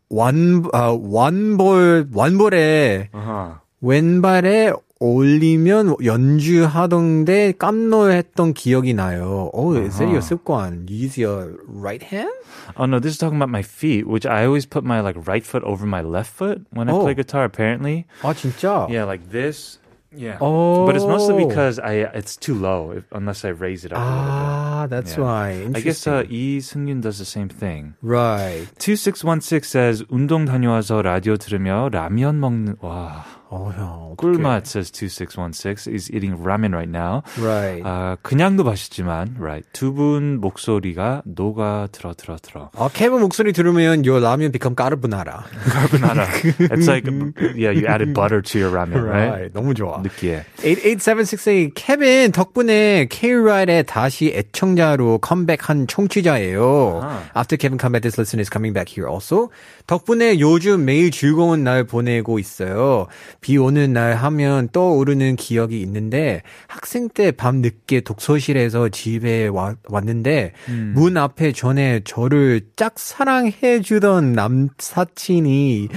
Speaker 2: 완 아, 완볼 완볼에
Speaker 1: uh-huh.
Speaker 2: 왼발에 올리면 연주하던데 깜놀했던 기억이 나요. 오, oh, is that your 습관? Use your right hand?
Speaker 1: Oh no, this is talking about my feet, which I always put my like right foot over my left foot when I
Speaker 2: Oh.
Speaker 1: play guitar. Apparently,
Speaker 2: 아 진짜?
Speaker 1: yeah, like this. Yeah.
Speaker 2: Oh.
Speaker 1: But it's mostly because I it's too low if, unless I raise it up a little bit.
Speaker 2: 아, that's
Speaker 1: Yeah.
Speaker 2: why.
Speaker 1: I guess uh, Lee Seung-yoon does the same thing.
Speaker 2: right.
Speaker 1: 2616 says 운동 다녀와서 라디오 들으며 라면 먹는 와
Speaker 2: 어, 형.
Speaker 1: 꿀맛 says 2616 is eating ramen right now.
Speaker 2: Right.
Speaker 1: 아 그냥도 맛있지만 right 두 분 목소리가 녹아 들어 들어 들어.
Speaker 2: 아, 케빈 목소리 들으면 your 라면 become 까르보나라.
Speaker 1: Carbonara. It's like yeah you added butter to your ramen right?
Speaker 2: 너무 좋아.
Speaker 1: 느끼해.
Speaker 2: 88768 케빈 덕분에 K-Ride에 다시 애청자로 컴백한 청취자예요. After Kevin comeback, this listen is coming back here also. 덕분에 요즘 매일 즐거운 날 보내고 있어요. 비 오는 날 하면 떠오르는 기억이 있는데 학생 때 밤 늦게 독서실에서 집에 와- 왔는데 문 앞에 전에 저를 짝사랑해 주던 남사친이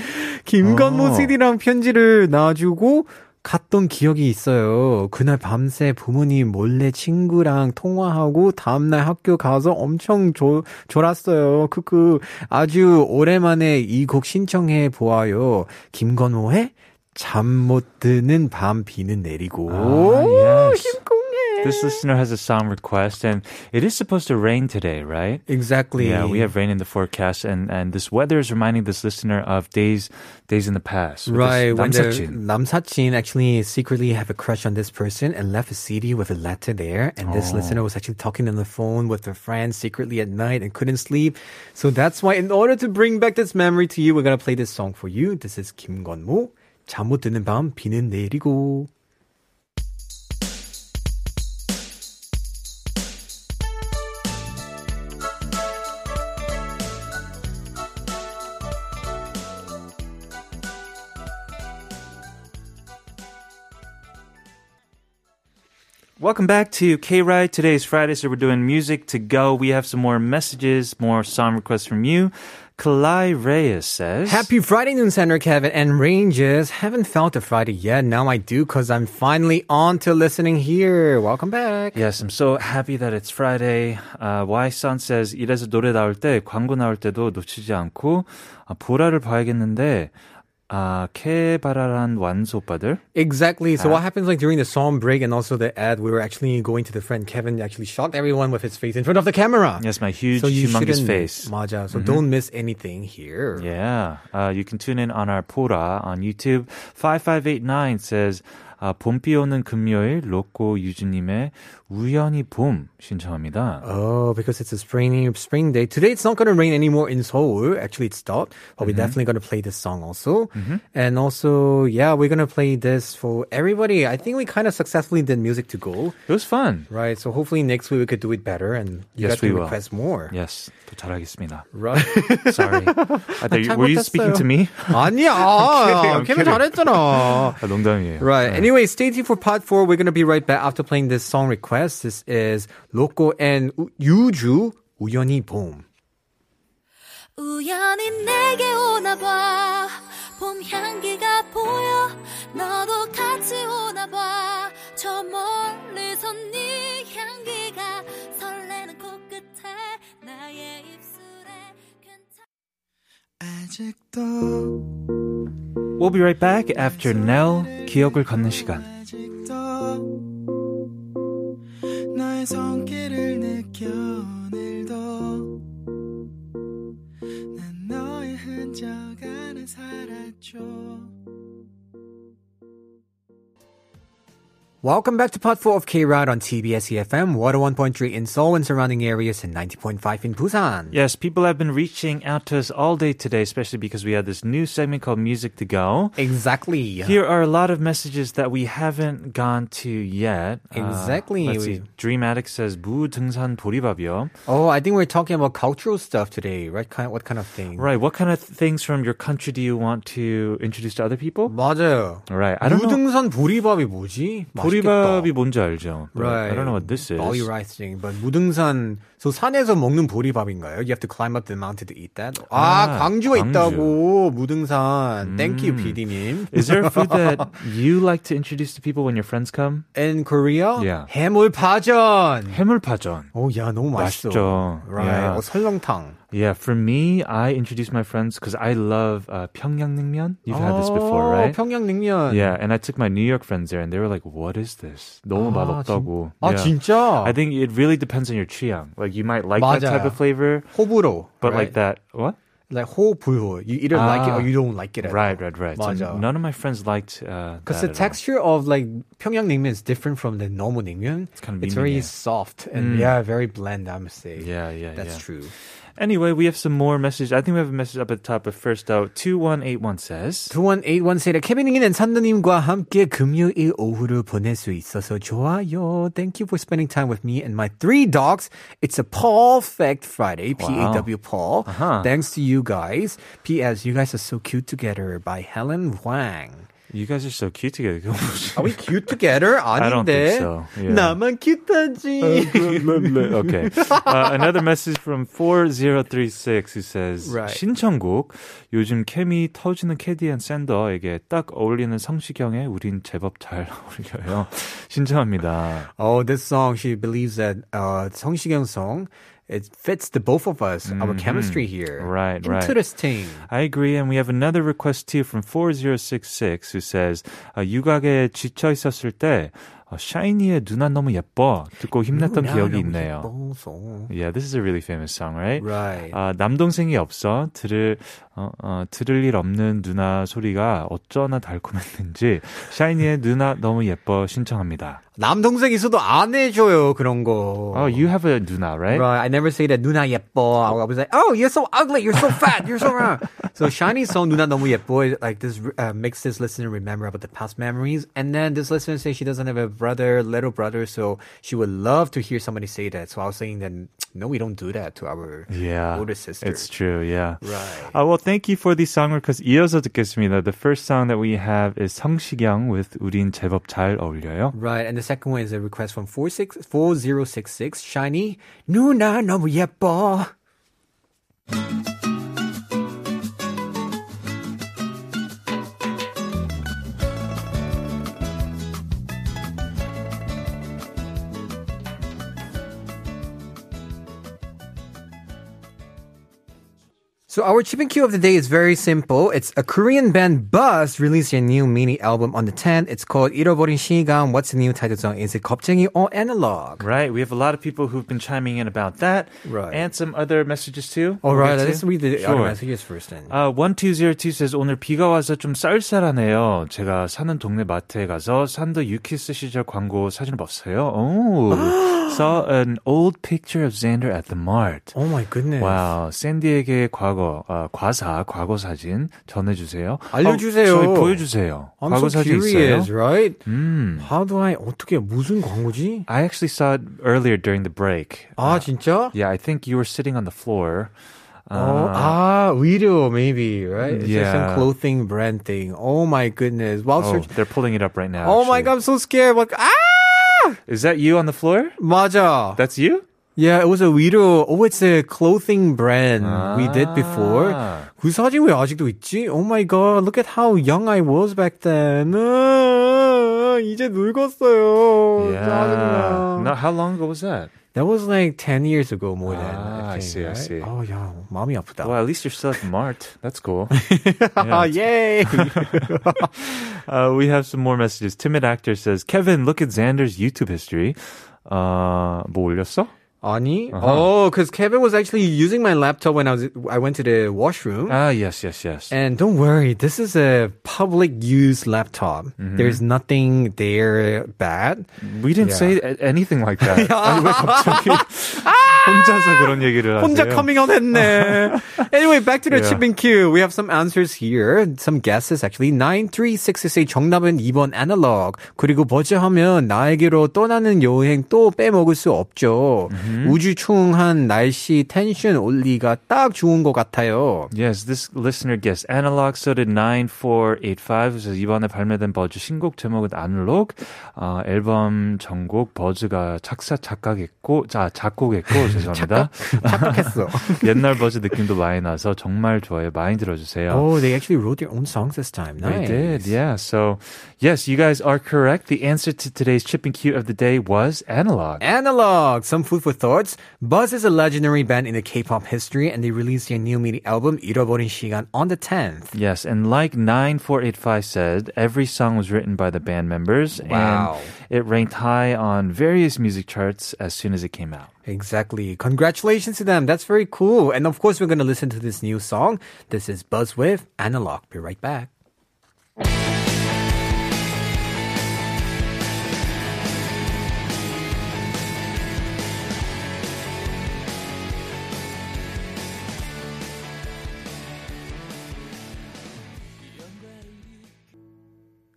Speaker 2: 김건모
Speaker 1: 어.
Speaker 2: CD랑 편지를 놔주고 갔던 기억이 있어요. 그날 밤새 부모님 몰래 친구랑 통화하고 다음날 학교 가서 엄청 졸, 졸았어요. 크크. 아주 오랜만에 이 곡 신청해 보아요. 김건호의 잠 못 드는 밤 비는 내리고.
Speaker 1: 아, yes.
Speaker 2: 힘공해.
Speaker 1: This listener has a song request, and it is supposed to rain today, right?
Speaker 2: Exactly.
Speaker 1: Yeah, we have rain in the forecast, and, and this weather is reminding this listener of days days in the past. with this
Speaker 2: Right, when the
Speaker 1: 남사친.
Speaker 2: Namsachin actually secretly have a crush on this person and left a CD with a letter there. And this listener was actually talking on the phone with her friend secretly at night and couldn't sleep. So that's why, in order to bring back this memory to you, we're gonna play this song for you. This is Kim Gonmo. 잠 못 드는 밤 비는 내리고.
Speaker 1: Welcome back to K Ride. Today is Friday, so we're doing music to go. We have some more messages, more song requests from you. Kalai Reyes says,
Speaker 2: Happy Friday, Noon Center, Kevin and Rangers. Haven't felt a Friday yet. Now I do, cause I'm finally on to listening here. Welcome back.
Speaker 1: Yes, I'm so happy that it's Friday. Uh, Y-Sun says, 이래서 노래 나올 때, 광고 나올 때도 놓치지 않고, 아, 보라를 봐야겠는데, 아, 케바라란 완소 오빠들?
Speaker 2: Exactly. So what happens like during the song break and also the ad, we were actually going to the friend Kevin actually shocked everyone with his face in front of the camera.
Speaker 1: Yes, my huge,
Speaker 2: So you
Speaker 1: humongous
Speaker 2: shouldn't
Speaker 1: face. Mm-hmm.
Speaker 2: 맞아. So don't miss anything here.
Speaker 1: Yeah. Uh, you can tune in on our Pora on YouTube. 5589 says, 아, 봄비 오는 금요일, 로꼬 유진님의 우연히 봄 신청합니다.
Speaker 2: Oh, because it's a spring spring day. Today it's not gonna rain anymore in Seoul. Actually, it stopped, but
Speaker 1: Mm-hmm.
Speaker 2: we're definitely gonna play this song also. And also, yeah, we're gonna play this for everybody. I think we kind of successfully did music to go,
Speaker 1: It was fun.
Speaker 2: right? So hopefully next week we could do it better and you
Speaker 1: Yes,
Speaker 2: guys can
Speaker 1: we will.
Speaker 2: request more.
Speaker 1: Yes. 더 잘하겠습니다.
Speaker 2: Right.
Speaker 1: Sorry. 아, there you- were you speaking to me?
Speaker 2: 아니야.
Speaker 1: I'm
Speaker 2: 케빈
Speaker 1: kidding, I'm
Speaker 2: 잘했잖아.
Speaker 1: 아, 농담이에요.
Speaker 2: Right. Anyway, stay tuned for part four. We're gonna be right back after playing this song request. This is Loco and U- Yuju 우연히 봄.
Speaker 6: 우연히 내게 오나 봐. 봄 향기가 보여. 너도 같이 오나 봐. 저 멀리서 네 향기가 설레는 코끝에 나의 입술에 괜찮...
Speaker 4: 아직도
Speaker 1: We'll be right back after Nell, 기억을 걷는 시간.
Speaker 4: 아직도 나의 손길을 느껴 오늘도 난 너의 흔적 안에 살았죠
Speaker 2: Welcome back to part four of K Ride on TBS EFM 101.3 in Seoul and surrounding areas and 90.5 in Busan.
Speaker 1: Yes, people have been reaching out to us all day today, especially because we had this new segment called Music to Go.
Speaker 2: Exactly.
Speaker 1: Here are a lot of messages that we haven't gone to yet. Uh,
Speaker 2: Exactly.
Speaker 1: let's see. Dream Addict says 무 등산 보리밥이요.
Speaker 2: Oh, I think we're talking about cultural stuff today, right? Kind what kind of thing?
Speaker 1: Right. What kind of things from your country do you want to introduce to other people?
Speaker 2: 맞아요.
Speaker 1: Right. I don't know.
Speaker 2: 무등산 보리밥이 뭐지? 맛있겠다.
Speaker 1: 보리밥이 뭔지 알죠? but I don't know what this is.
Speaker 2: Bali rice thing, but 무등산, so 산에서 먹는 보리밥인가요? You have to climb up the mountain to eat that. 아,
Speaker 1: 아, 광주.
Speaker 2: 광주에
Speaker 1: 음.
Speaker 2: 있다고 무등산. Thank you, PD님.
Speaker 1: Is there a food that you like to introduce to people when your friends come?
Speaker 2: In Korea,
Speaker 1: Yeah.
Speaker 2: 해물파전.
Speaker 1: 해물파전.
Speaker 2: 오, 야, 너무 맛있어.
Speaker 1: 맛있죠.
Speaker 2: Right.
Speaker 1: Yeah.
Speaker 2: 어, 설렁탕.
Speaker 1: Yeah, for me, I introduce my friends because I love uh, Pyongyang You've had this before,
Speaker 2: 어,
Speaker 1: right?
Speaker 2: 평양냉면.
Speaker 1: Yeah, and I took my New York friends there, and they were like, "What is this? 너무 맛없다고."
Speaker 2: 아,
Speaker 1: Yeah.
Speaker 2: 진짜?
Speaker 1: I think it really depends on your 취향. Like, you might like that type
Speaker 2: 맞아요.
Speaker 1: of flavor,
Speaker 2: 호불호.
Speaker 1: but
Speaker 2: right?
Speaker 1: like that, what?
Speaker 2: Like 호불호. You either like it or
Speaker 1: 아.
Speaker 2: you don't like it at
Speaker 1: Right,
Speaker 2: all.
Speaker 1: right, right.
Speaker 2: 맞아.
Speaker 1: So none of my friends liked. uh,
Speaker 2: Because
Speaker 1: that
Speaker 2: the
Speaker 1: at all.
Speaker 2: texture of like 평양냉면 is different from the normal 냉면. It's
Speaker 1: kind of
Speaker 2: it's very
Speaker 1: 밍밍해.
Speaker 2: soft and yeah, very bland. I must say.
Speaker 1: Mm. Yeah, yeah,
Speaker 2: that's
Speaker 1: yeah.
Speaker 2: true.
Speaker 1: Anyway, we have some more message. I think we have a message up at the top. But first, though, two one eight one says.
Speaker 2: 2181 세대 케빈이는 산더님과 함께 금요일 오후를 보낼 수 있어서 좋아요. Thank you for spending time with me and my three dogs. It's a perfect Friday. P-A-W Paul.
Speaker 1: Uh-huh.
Speaker 2: Thanks to you guys. P.S. You guys are so cute together by Helen Wang.
Speaker 1: You guys are so cute together.
Speaker 2: Are we cute together? 아닌데.
Speaker 1: I don't think so. Yeah. Uh.
Speaker 2: 나만 큐트하지.
Speaker 1: 네, okay. Uh, another message from 4036 who says
Speaker 2: Right.
Speaker 1: 신청곡 요즘 케미 터지는 캐디앤 샌더에게 딱 어울리는 성시경에 우린 제법 잘 어울려요. 신청합니다.
Speaker 2: Oh, this song, she believes that uh, Song Shigeung song, it fits the both of us, our chemistry here.
Speaker 1: Mm-hmm. Right, right.
Speaker 2: Interesting.
Speaker 1: I agree, and we have another 아, request too from 4066 who says, uh, 육아에 지쳐 있었을 때 어, 샤이니의 누나 너무 예뻐 듣고 힘냈던 기억이 있네요.
Speaker 2: 예뻐서.
Speaker 1: Yeah, this is a really famous song, right?
Speaker 2: Right.
Speaker 1: 아, 남동생이 없어 들을 어, 어, 들을 일 없는 누나 소리가 어쩌나 달콤했는지 샤이니의 누나 너무 예뻐 신청합니다.
Speaker 2: 남동생 있어도 안 해줘요 그런 거.
Speaker 1: Oh, you have a 누나, right?
Speaker 2: Right. I never say that 누나 예뻐. I was like, oh, you're so ugly. You're so fat. You're so wrong. so Shiny's song 누나 너무 예뻐 is like this uh, makes this listener remember about the past memories. And then this listener says she doesn't have a brother, little brother, so she would love to hear somebody say that. So I was saying then no, we don't do that to our
Speaker 1: Yeah,
Speaker 2: older sister.
Speaker 1: It's true. Yeah.
Speaker 2: Right.
Speaker 1: Uh, well, thank you for the song request. 이어서 듣겠습니다. The first song that we have is 성시경 with 우린 제법 잘 어울려요.
Speaker 2: Right, and the second one is a request from 46, 4066 Shiny 누나 너무 예뻐. So our chip and cue of the day is very simple. It's a Korean band Buzz released a new mini album on the 10th. It's called 잃어버린 시간. What's the new title song? Is it 겁쟁이 or analog?
Speaker 1: Right. We have a lot of people who've been chiming in about that.
Speaker 2: Right.
Speaker 1: And some other messages too.
Speaker 2: All
Speaker 1: We'll
Speaker 2: right,
Speaker 1: get to.
Speaker 2: let's read the
Speaker 1: Sure. Uh,
Speaker 2: other messages first then.
Speaker 1: 아, 1202 says 오늘 비가 와서 좀 쌀쌀하네요. 제가 사는 동네 마트에 가서 산더 유키스 시절 광고 사진을 봤어요. 오. Saw an old picture of Xander at the mart.
Speaker 2: oh my goodness.
Speaker 1: 와우, 샌디에게 과거, 아, 과사, 과거 사진 전해주세요.
Speaker 2: 알려주세요.
Speaker 1: 어, 저희 보여주세요.
Speaker 2: I'm
Speaker 1: 과거
Speaker 2: so
Speaker 1: 사진
Speaker 2: curious,
Speaker 1: 있어요?
Speaker 2: right?
Speaker 1: 음.
Speaker 2: How do I 어떻게 무슨 광고지?
Speaker 1: I actually saw it earlier during the break.
Speaker 2: 아 진짜?
Speaker 1: Yeah, I think you were sitting on the floor.
Speaker 2: 어, 아, 의료, maybe, right? It's just some
Speaker 1: Yeah.
Speaker 2: clothing brand thing. Oh my goodness. Wow,
Speaker 1: Oh,
Speaker 2: search.
Speaker 1: they're pulling it up right now.
Speaker 2: Oh my god,
Speaker 1: actually.
Speaker 2: I'm so scared. What? 아!
Speaker 1: Is that you on the floor?
Speaker 2: 맞아.
Speaker 1: That's you?
Speaker 2: Yeah, it was a 위로. Oh, it's a clothing brand we did before.
Speaker 1: 아.
Speaker 2: 그 사진 왜 아직도 있지? Oh my god, look at how young I was back then. 아, 이제 늙었어요.
Speaker 1: Yeah.
Speaker 2: 짜증나.
Speaker 1: No, how long ago was that?
Speaker 2: That was like 10 years ago more than.
Speaker 1: Ah, I
Speaker 2: think,
Speaker 1: see, I
Speaker 2: right?
Speaker 1: see.
Speaker 2: Oh, yeah. 마음이 아프다.
Speaker 1: Well, at least you're still at the Mart. That's cool.
Speaker 2: Ah, yay!
Speaker 1: uh, we have some more messages. Timid actor says, Kevin, look at Xander's YouTube history. Uh, 뭐 올렸어?
Speaker 2: 아니?
Speaker 1: Uh-huh.
Speaker 2: Oh, because Kevin was actually using my laptop when I was I went to the washroom.
Speaker 1: Ah, yes, yes, yes.
Speaker 2: and don't worry, this is a public use laptop.
Speaker 1: Mm-hmm.
Speaker 2: There's nothing there bad.
Speaker 1: we didn't say a- anything like that. 아니, 왜 갑자기 Ah! 혼자서 그런 얘기를 하세요?
Speaker 2: 혼자 coming out 했네. anyway, back to the
Speaker 1: Yeah.
Speaker 2: chip and queue. We have some answers here. Some guesses actually. 9366 정답은 2번 analog. 그리고 버즈하면 나에게로 떠나는 여행 또 빼먹을 수 없죠.
Speaker 1: Mm-hmm.
Speaker 2: 우주 충한 날씨 텐션 올리가 딱 좋은 것 같아요.
Speaker 1: Yes, this listener guessed analog, so did 9485. 그래서 이번에 발매된 버즈 신곡 제목은 analog. 어, 앨범 전곡 버즈가 작사, 작곡했고, 자, 작곡했고, 죄송합니다.
Speaker 2: 착각했어.
Speaker 1: 옛날 버즈 느낌도 많이 나서 정말 좋아요. 많이 들어주세요.
Speaker 2: Oh, they actually wrote their own songs this time.
Speaker 1: They
Speaker 2: Nice.
Speaker 1: did, yeah. So, yes, you guys are correct. The answer to today's chip and cue of the day was analog.
Speaker 2: Analog, some food for thoughts. Buzz is a legendary band in the K-pop history, and they released their new mini album 잃어버린 시간 on the 10th.
Speaker 1: Yes, and like 9485 said, every song was written by the band members.
Speaker 2: Wow.
Speaker 1: And it ranked high on various music charts as soon as it came out.
Speaker 2: Exactly. Congratulations to them. That's very cool. And of course, we're gonna listen to this new song. This is Buzz with Analog. Be right back.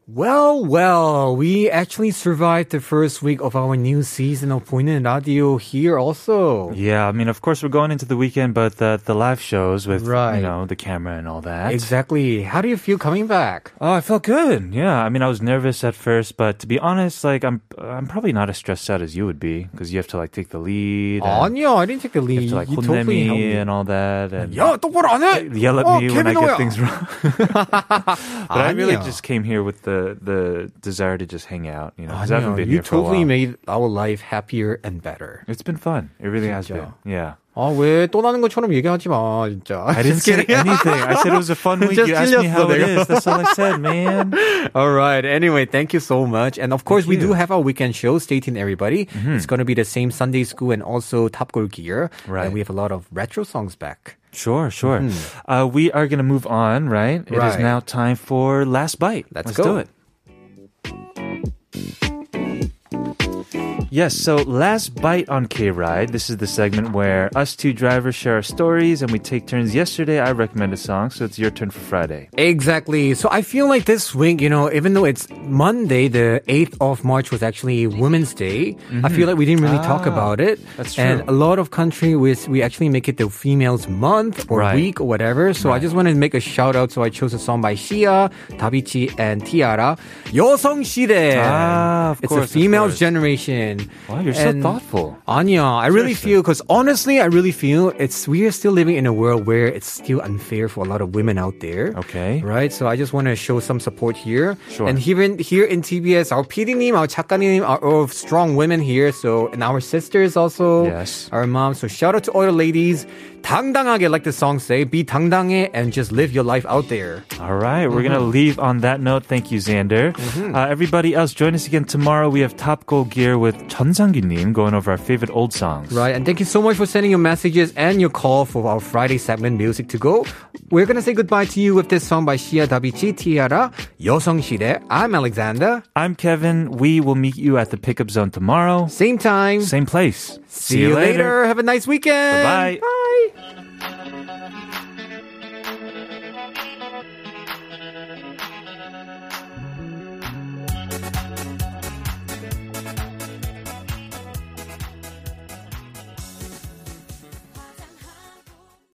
Speaker 2: Well, well, we actually survived the first week of our new season of 보이는 라디오 here also.
Speaker 1: Yeah, I mean, of course, we're going into the weekend, but the, the live shows with,
Speaker 2: Right.
Speaker 1: you know, the camera and all that.
Speaker 2: Exactly. How do you feel coming back?
Speaker 1: Oh, I felt good. Yeah, I mean, I was nervous at first, but to be honest, like I'm, I'm probably not as stressed out as you would be because you have to like take the lead. and
Speaker 2: 아니야, I didn't take the
Speaker 1: you
Speaker 2: lead.
Speaker 1: have to like
Speaker 2: You
Speaker 1: 혼내
Speaker 2: totally
Speaker 1: me
Speaker 2: helped me. Oh,
Speaker 1: and all that, and
Speaker 2: 야, 똑바로 안 해.
Speaker 1: yell at
Speaker 2: 어,
Speaker 1: me when I
Speaker 2: 케빈
Speaker 1: get
Speaker 2: 너야.
Speaker 1: things wrong. but I really
Speaker 2: 아니야.
Speaker 1: just came here with the the desire to just hang out, you know, 'cause I haven't been
Speaker 2: 아니야,
Speaker 1: here
Speaker 2: you
Speaker 1: for a
Speaker 2: totally
Speaker 1: while.
Speaker 2: made our life happier and better.
Speaker 1: It's been fun. It really has
Speaker 2: 진짜.
Speaker 1: been. Yeah.
Speaker 2: 아 왜 떠나는 것처럼 얘기하지 마 진짜.
Speaker 1: I didn't
Speaker 2: Just
Speaker 1: say
Speaker 2: kidding.
Speaker 1: anything. I said it was a fun week.
Speaker 2: Just
Speaker 1: You asked me how it
Speaker 2: 찔렸어, 내가.
Speaker 1: is. That's all I said, man.
Speaker 2: All right. Anyway, thank you so much. And of course, we do have our weekend show. Stay tuned, everybody.
Speaker 1: Mm-hmm.
Speaker 2: It's going to be the same Sunday school and also Top Goal Gear.
Speaker 1: Right.
Speaker 2: And we have a lot of retro songs back.
Speaker 1: Sure, sure. Uh, we are going to move on, right? It is
Speaker 2: Mm-hmm. Right.
Speaker 1: now time for Last Bite.
Speaker 2: Let's
Speaker 1: Let's
Speaker 2: go.
Speaker 1: do it. Yes, so Last Bite on K Ride. This is the segment where us two drivers share our stories and we take turns. Yesterday, I recommended a song, so it's your turn for Friday.
Speaker 2: Exactly. So I feel like this week, you know, even though it's Monday, the 8th of March was actually Women's Day. I feel like we didn't really talk about it.
Speaker 1: Mm-hmm. Ah, that's
Speaker 2: And
Speaker 1: true.
Speaker 2: a lot of country we, we actually make it the females month or
Speaker 1: Right.
Speaker 2: week or whatever. So I just wanted to make a shout out. So I chose a song by Shia, Davichi, and Tiara. 여성 시대.
Speaker 1: Ah, of
Speaker 2: it's
Speaker 1: course,
Speaker 2: a
Speaker 1: of
Speaker 2: female's
Speaker 1: course.
Speaker 2: generation.
Speaker 1: Wow, you're so thoughtful.
Speaker 2: Anya, I really
Speaker 1: Seriously.
Speaker 2: feel because honestly, I really feel it's we are still living in a world where it's still unfair for a lot of women out there.
Speaker 1: Okay.
Speaker 2: Right. So I just want to show some support here.
Speaker 1: Sure.
Speaker 2: And here in here in TBS, our PD님, our 작가님 are all strong women here. So and our sisters also.
Speaker 1: Yes.
Speaker 2: Our moms. So shout out to all the ladies. 당당하게, like the song say, be 당당해 and just live your life out there.
Speaker 1: All right, we're gonna
Speaker 2: Mm-hmm.
Speaker 1: leave on that note. Thank you, Xander. Uh, everybody else, join us again tomorrow. We have Top Goal Gear with Chun Sang-gyun-nim going over our favorite old songs.
Speaker 2: Right, and thank you so much for sending your messages and your call for our Friday segment, Music to Go. We're gonna say goodbye to you with this song by Shia Dabichi, Tiara, 여성시대. I'm Alexander.
Speaker 1: I'm Kevin. We will meet you at the pickup zone tomorrow.
Speaker 2: Same time.
Speaker 1: Same place.
Speaker 2: See, you later. Have a nice weekend.
Speaker 1: Bye-bye.
Speaker 2: Bye.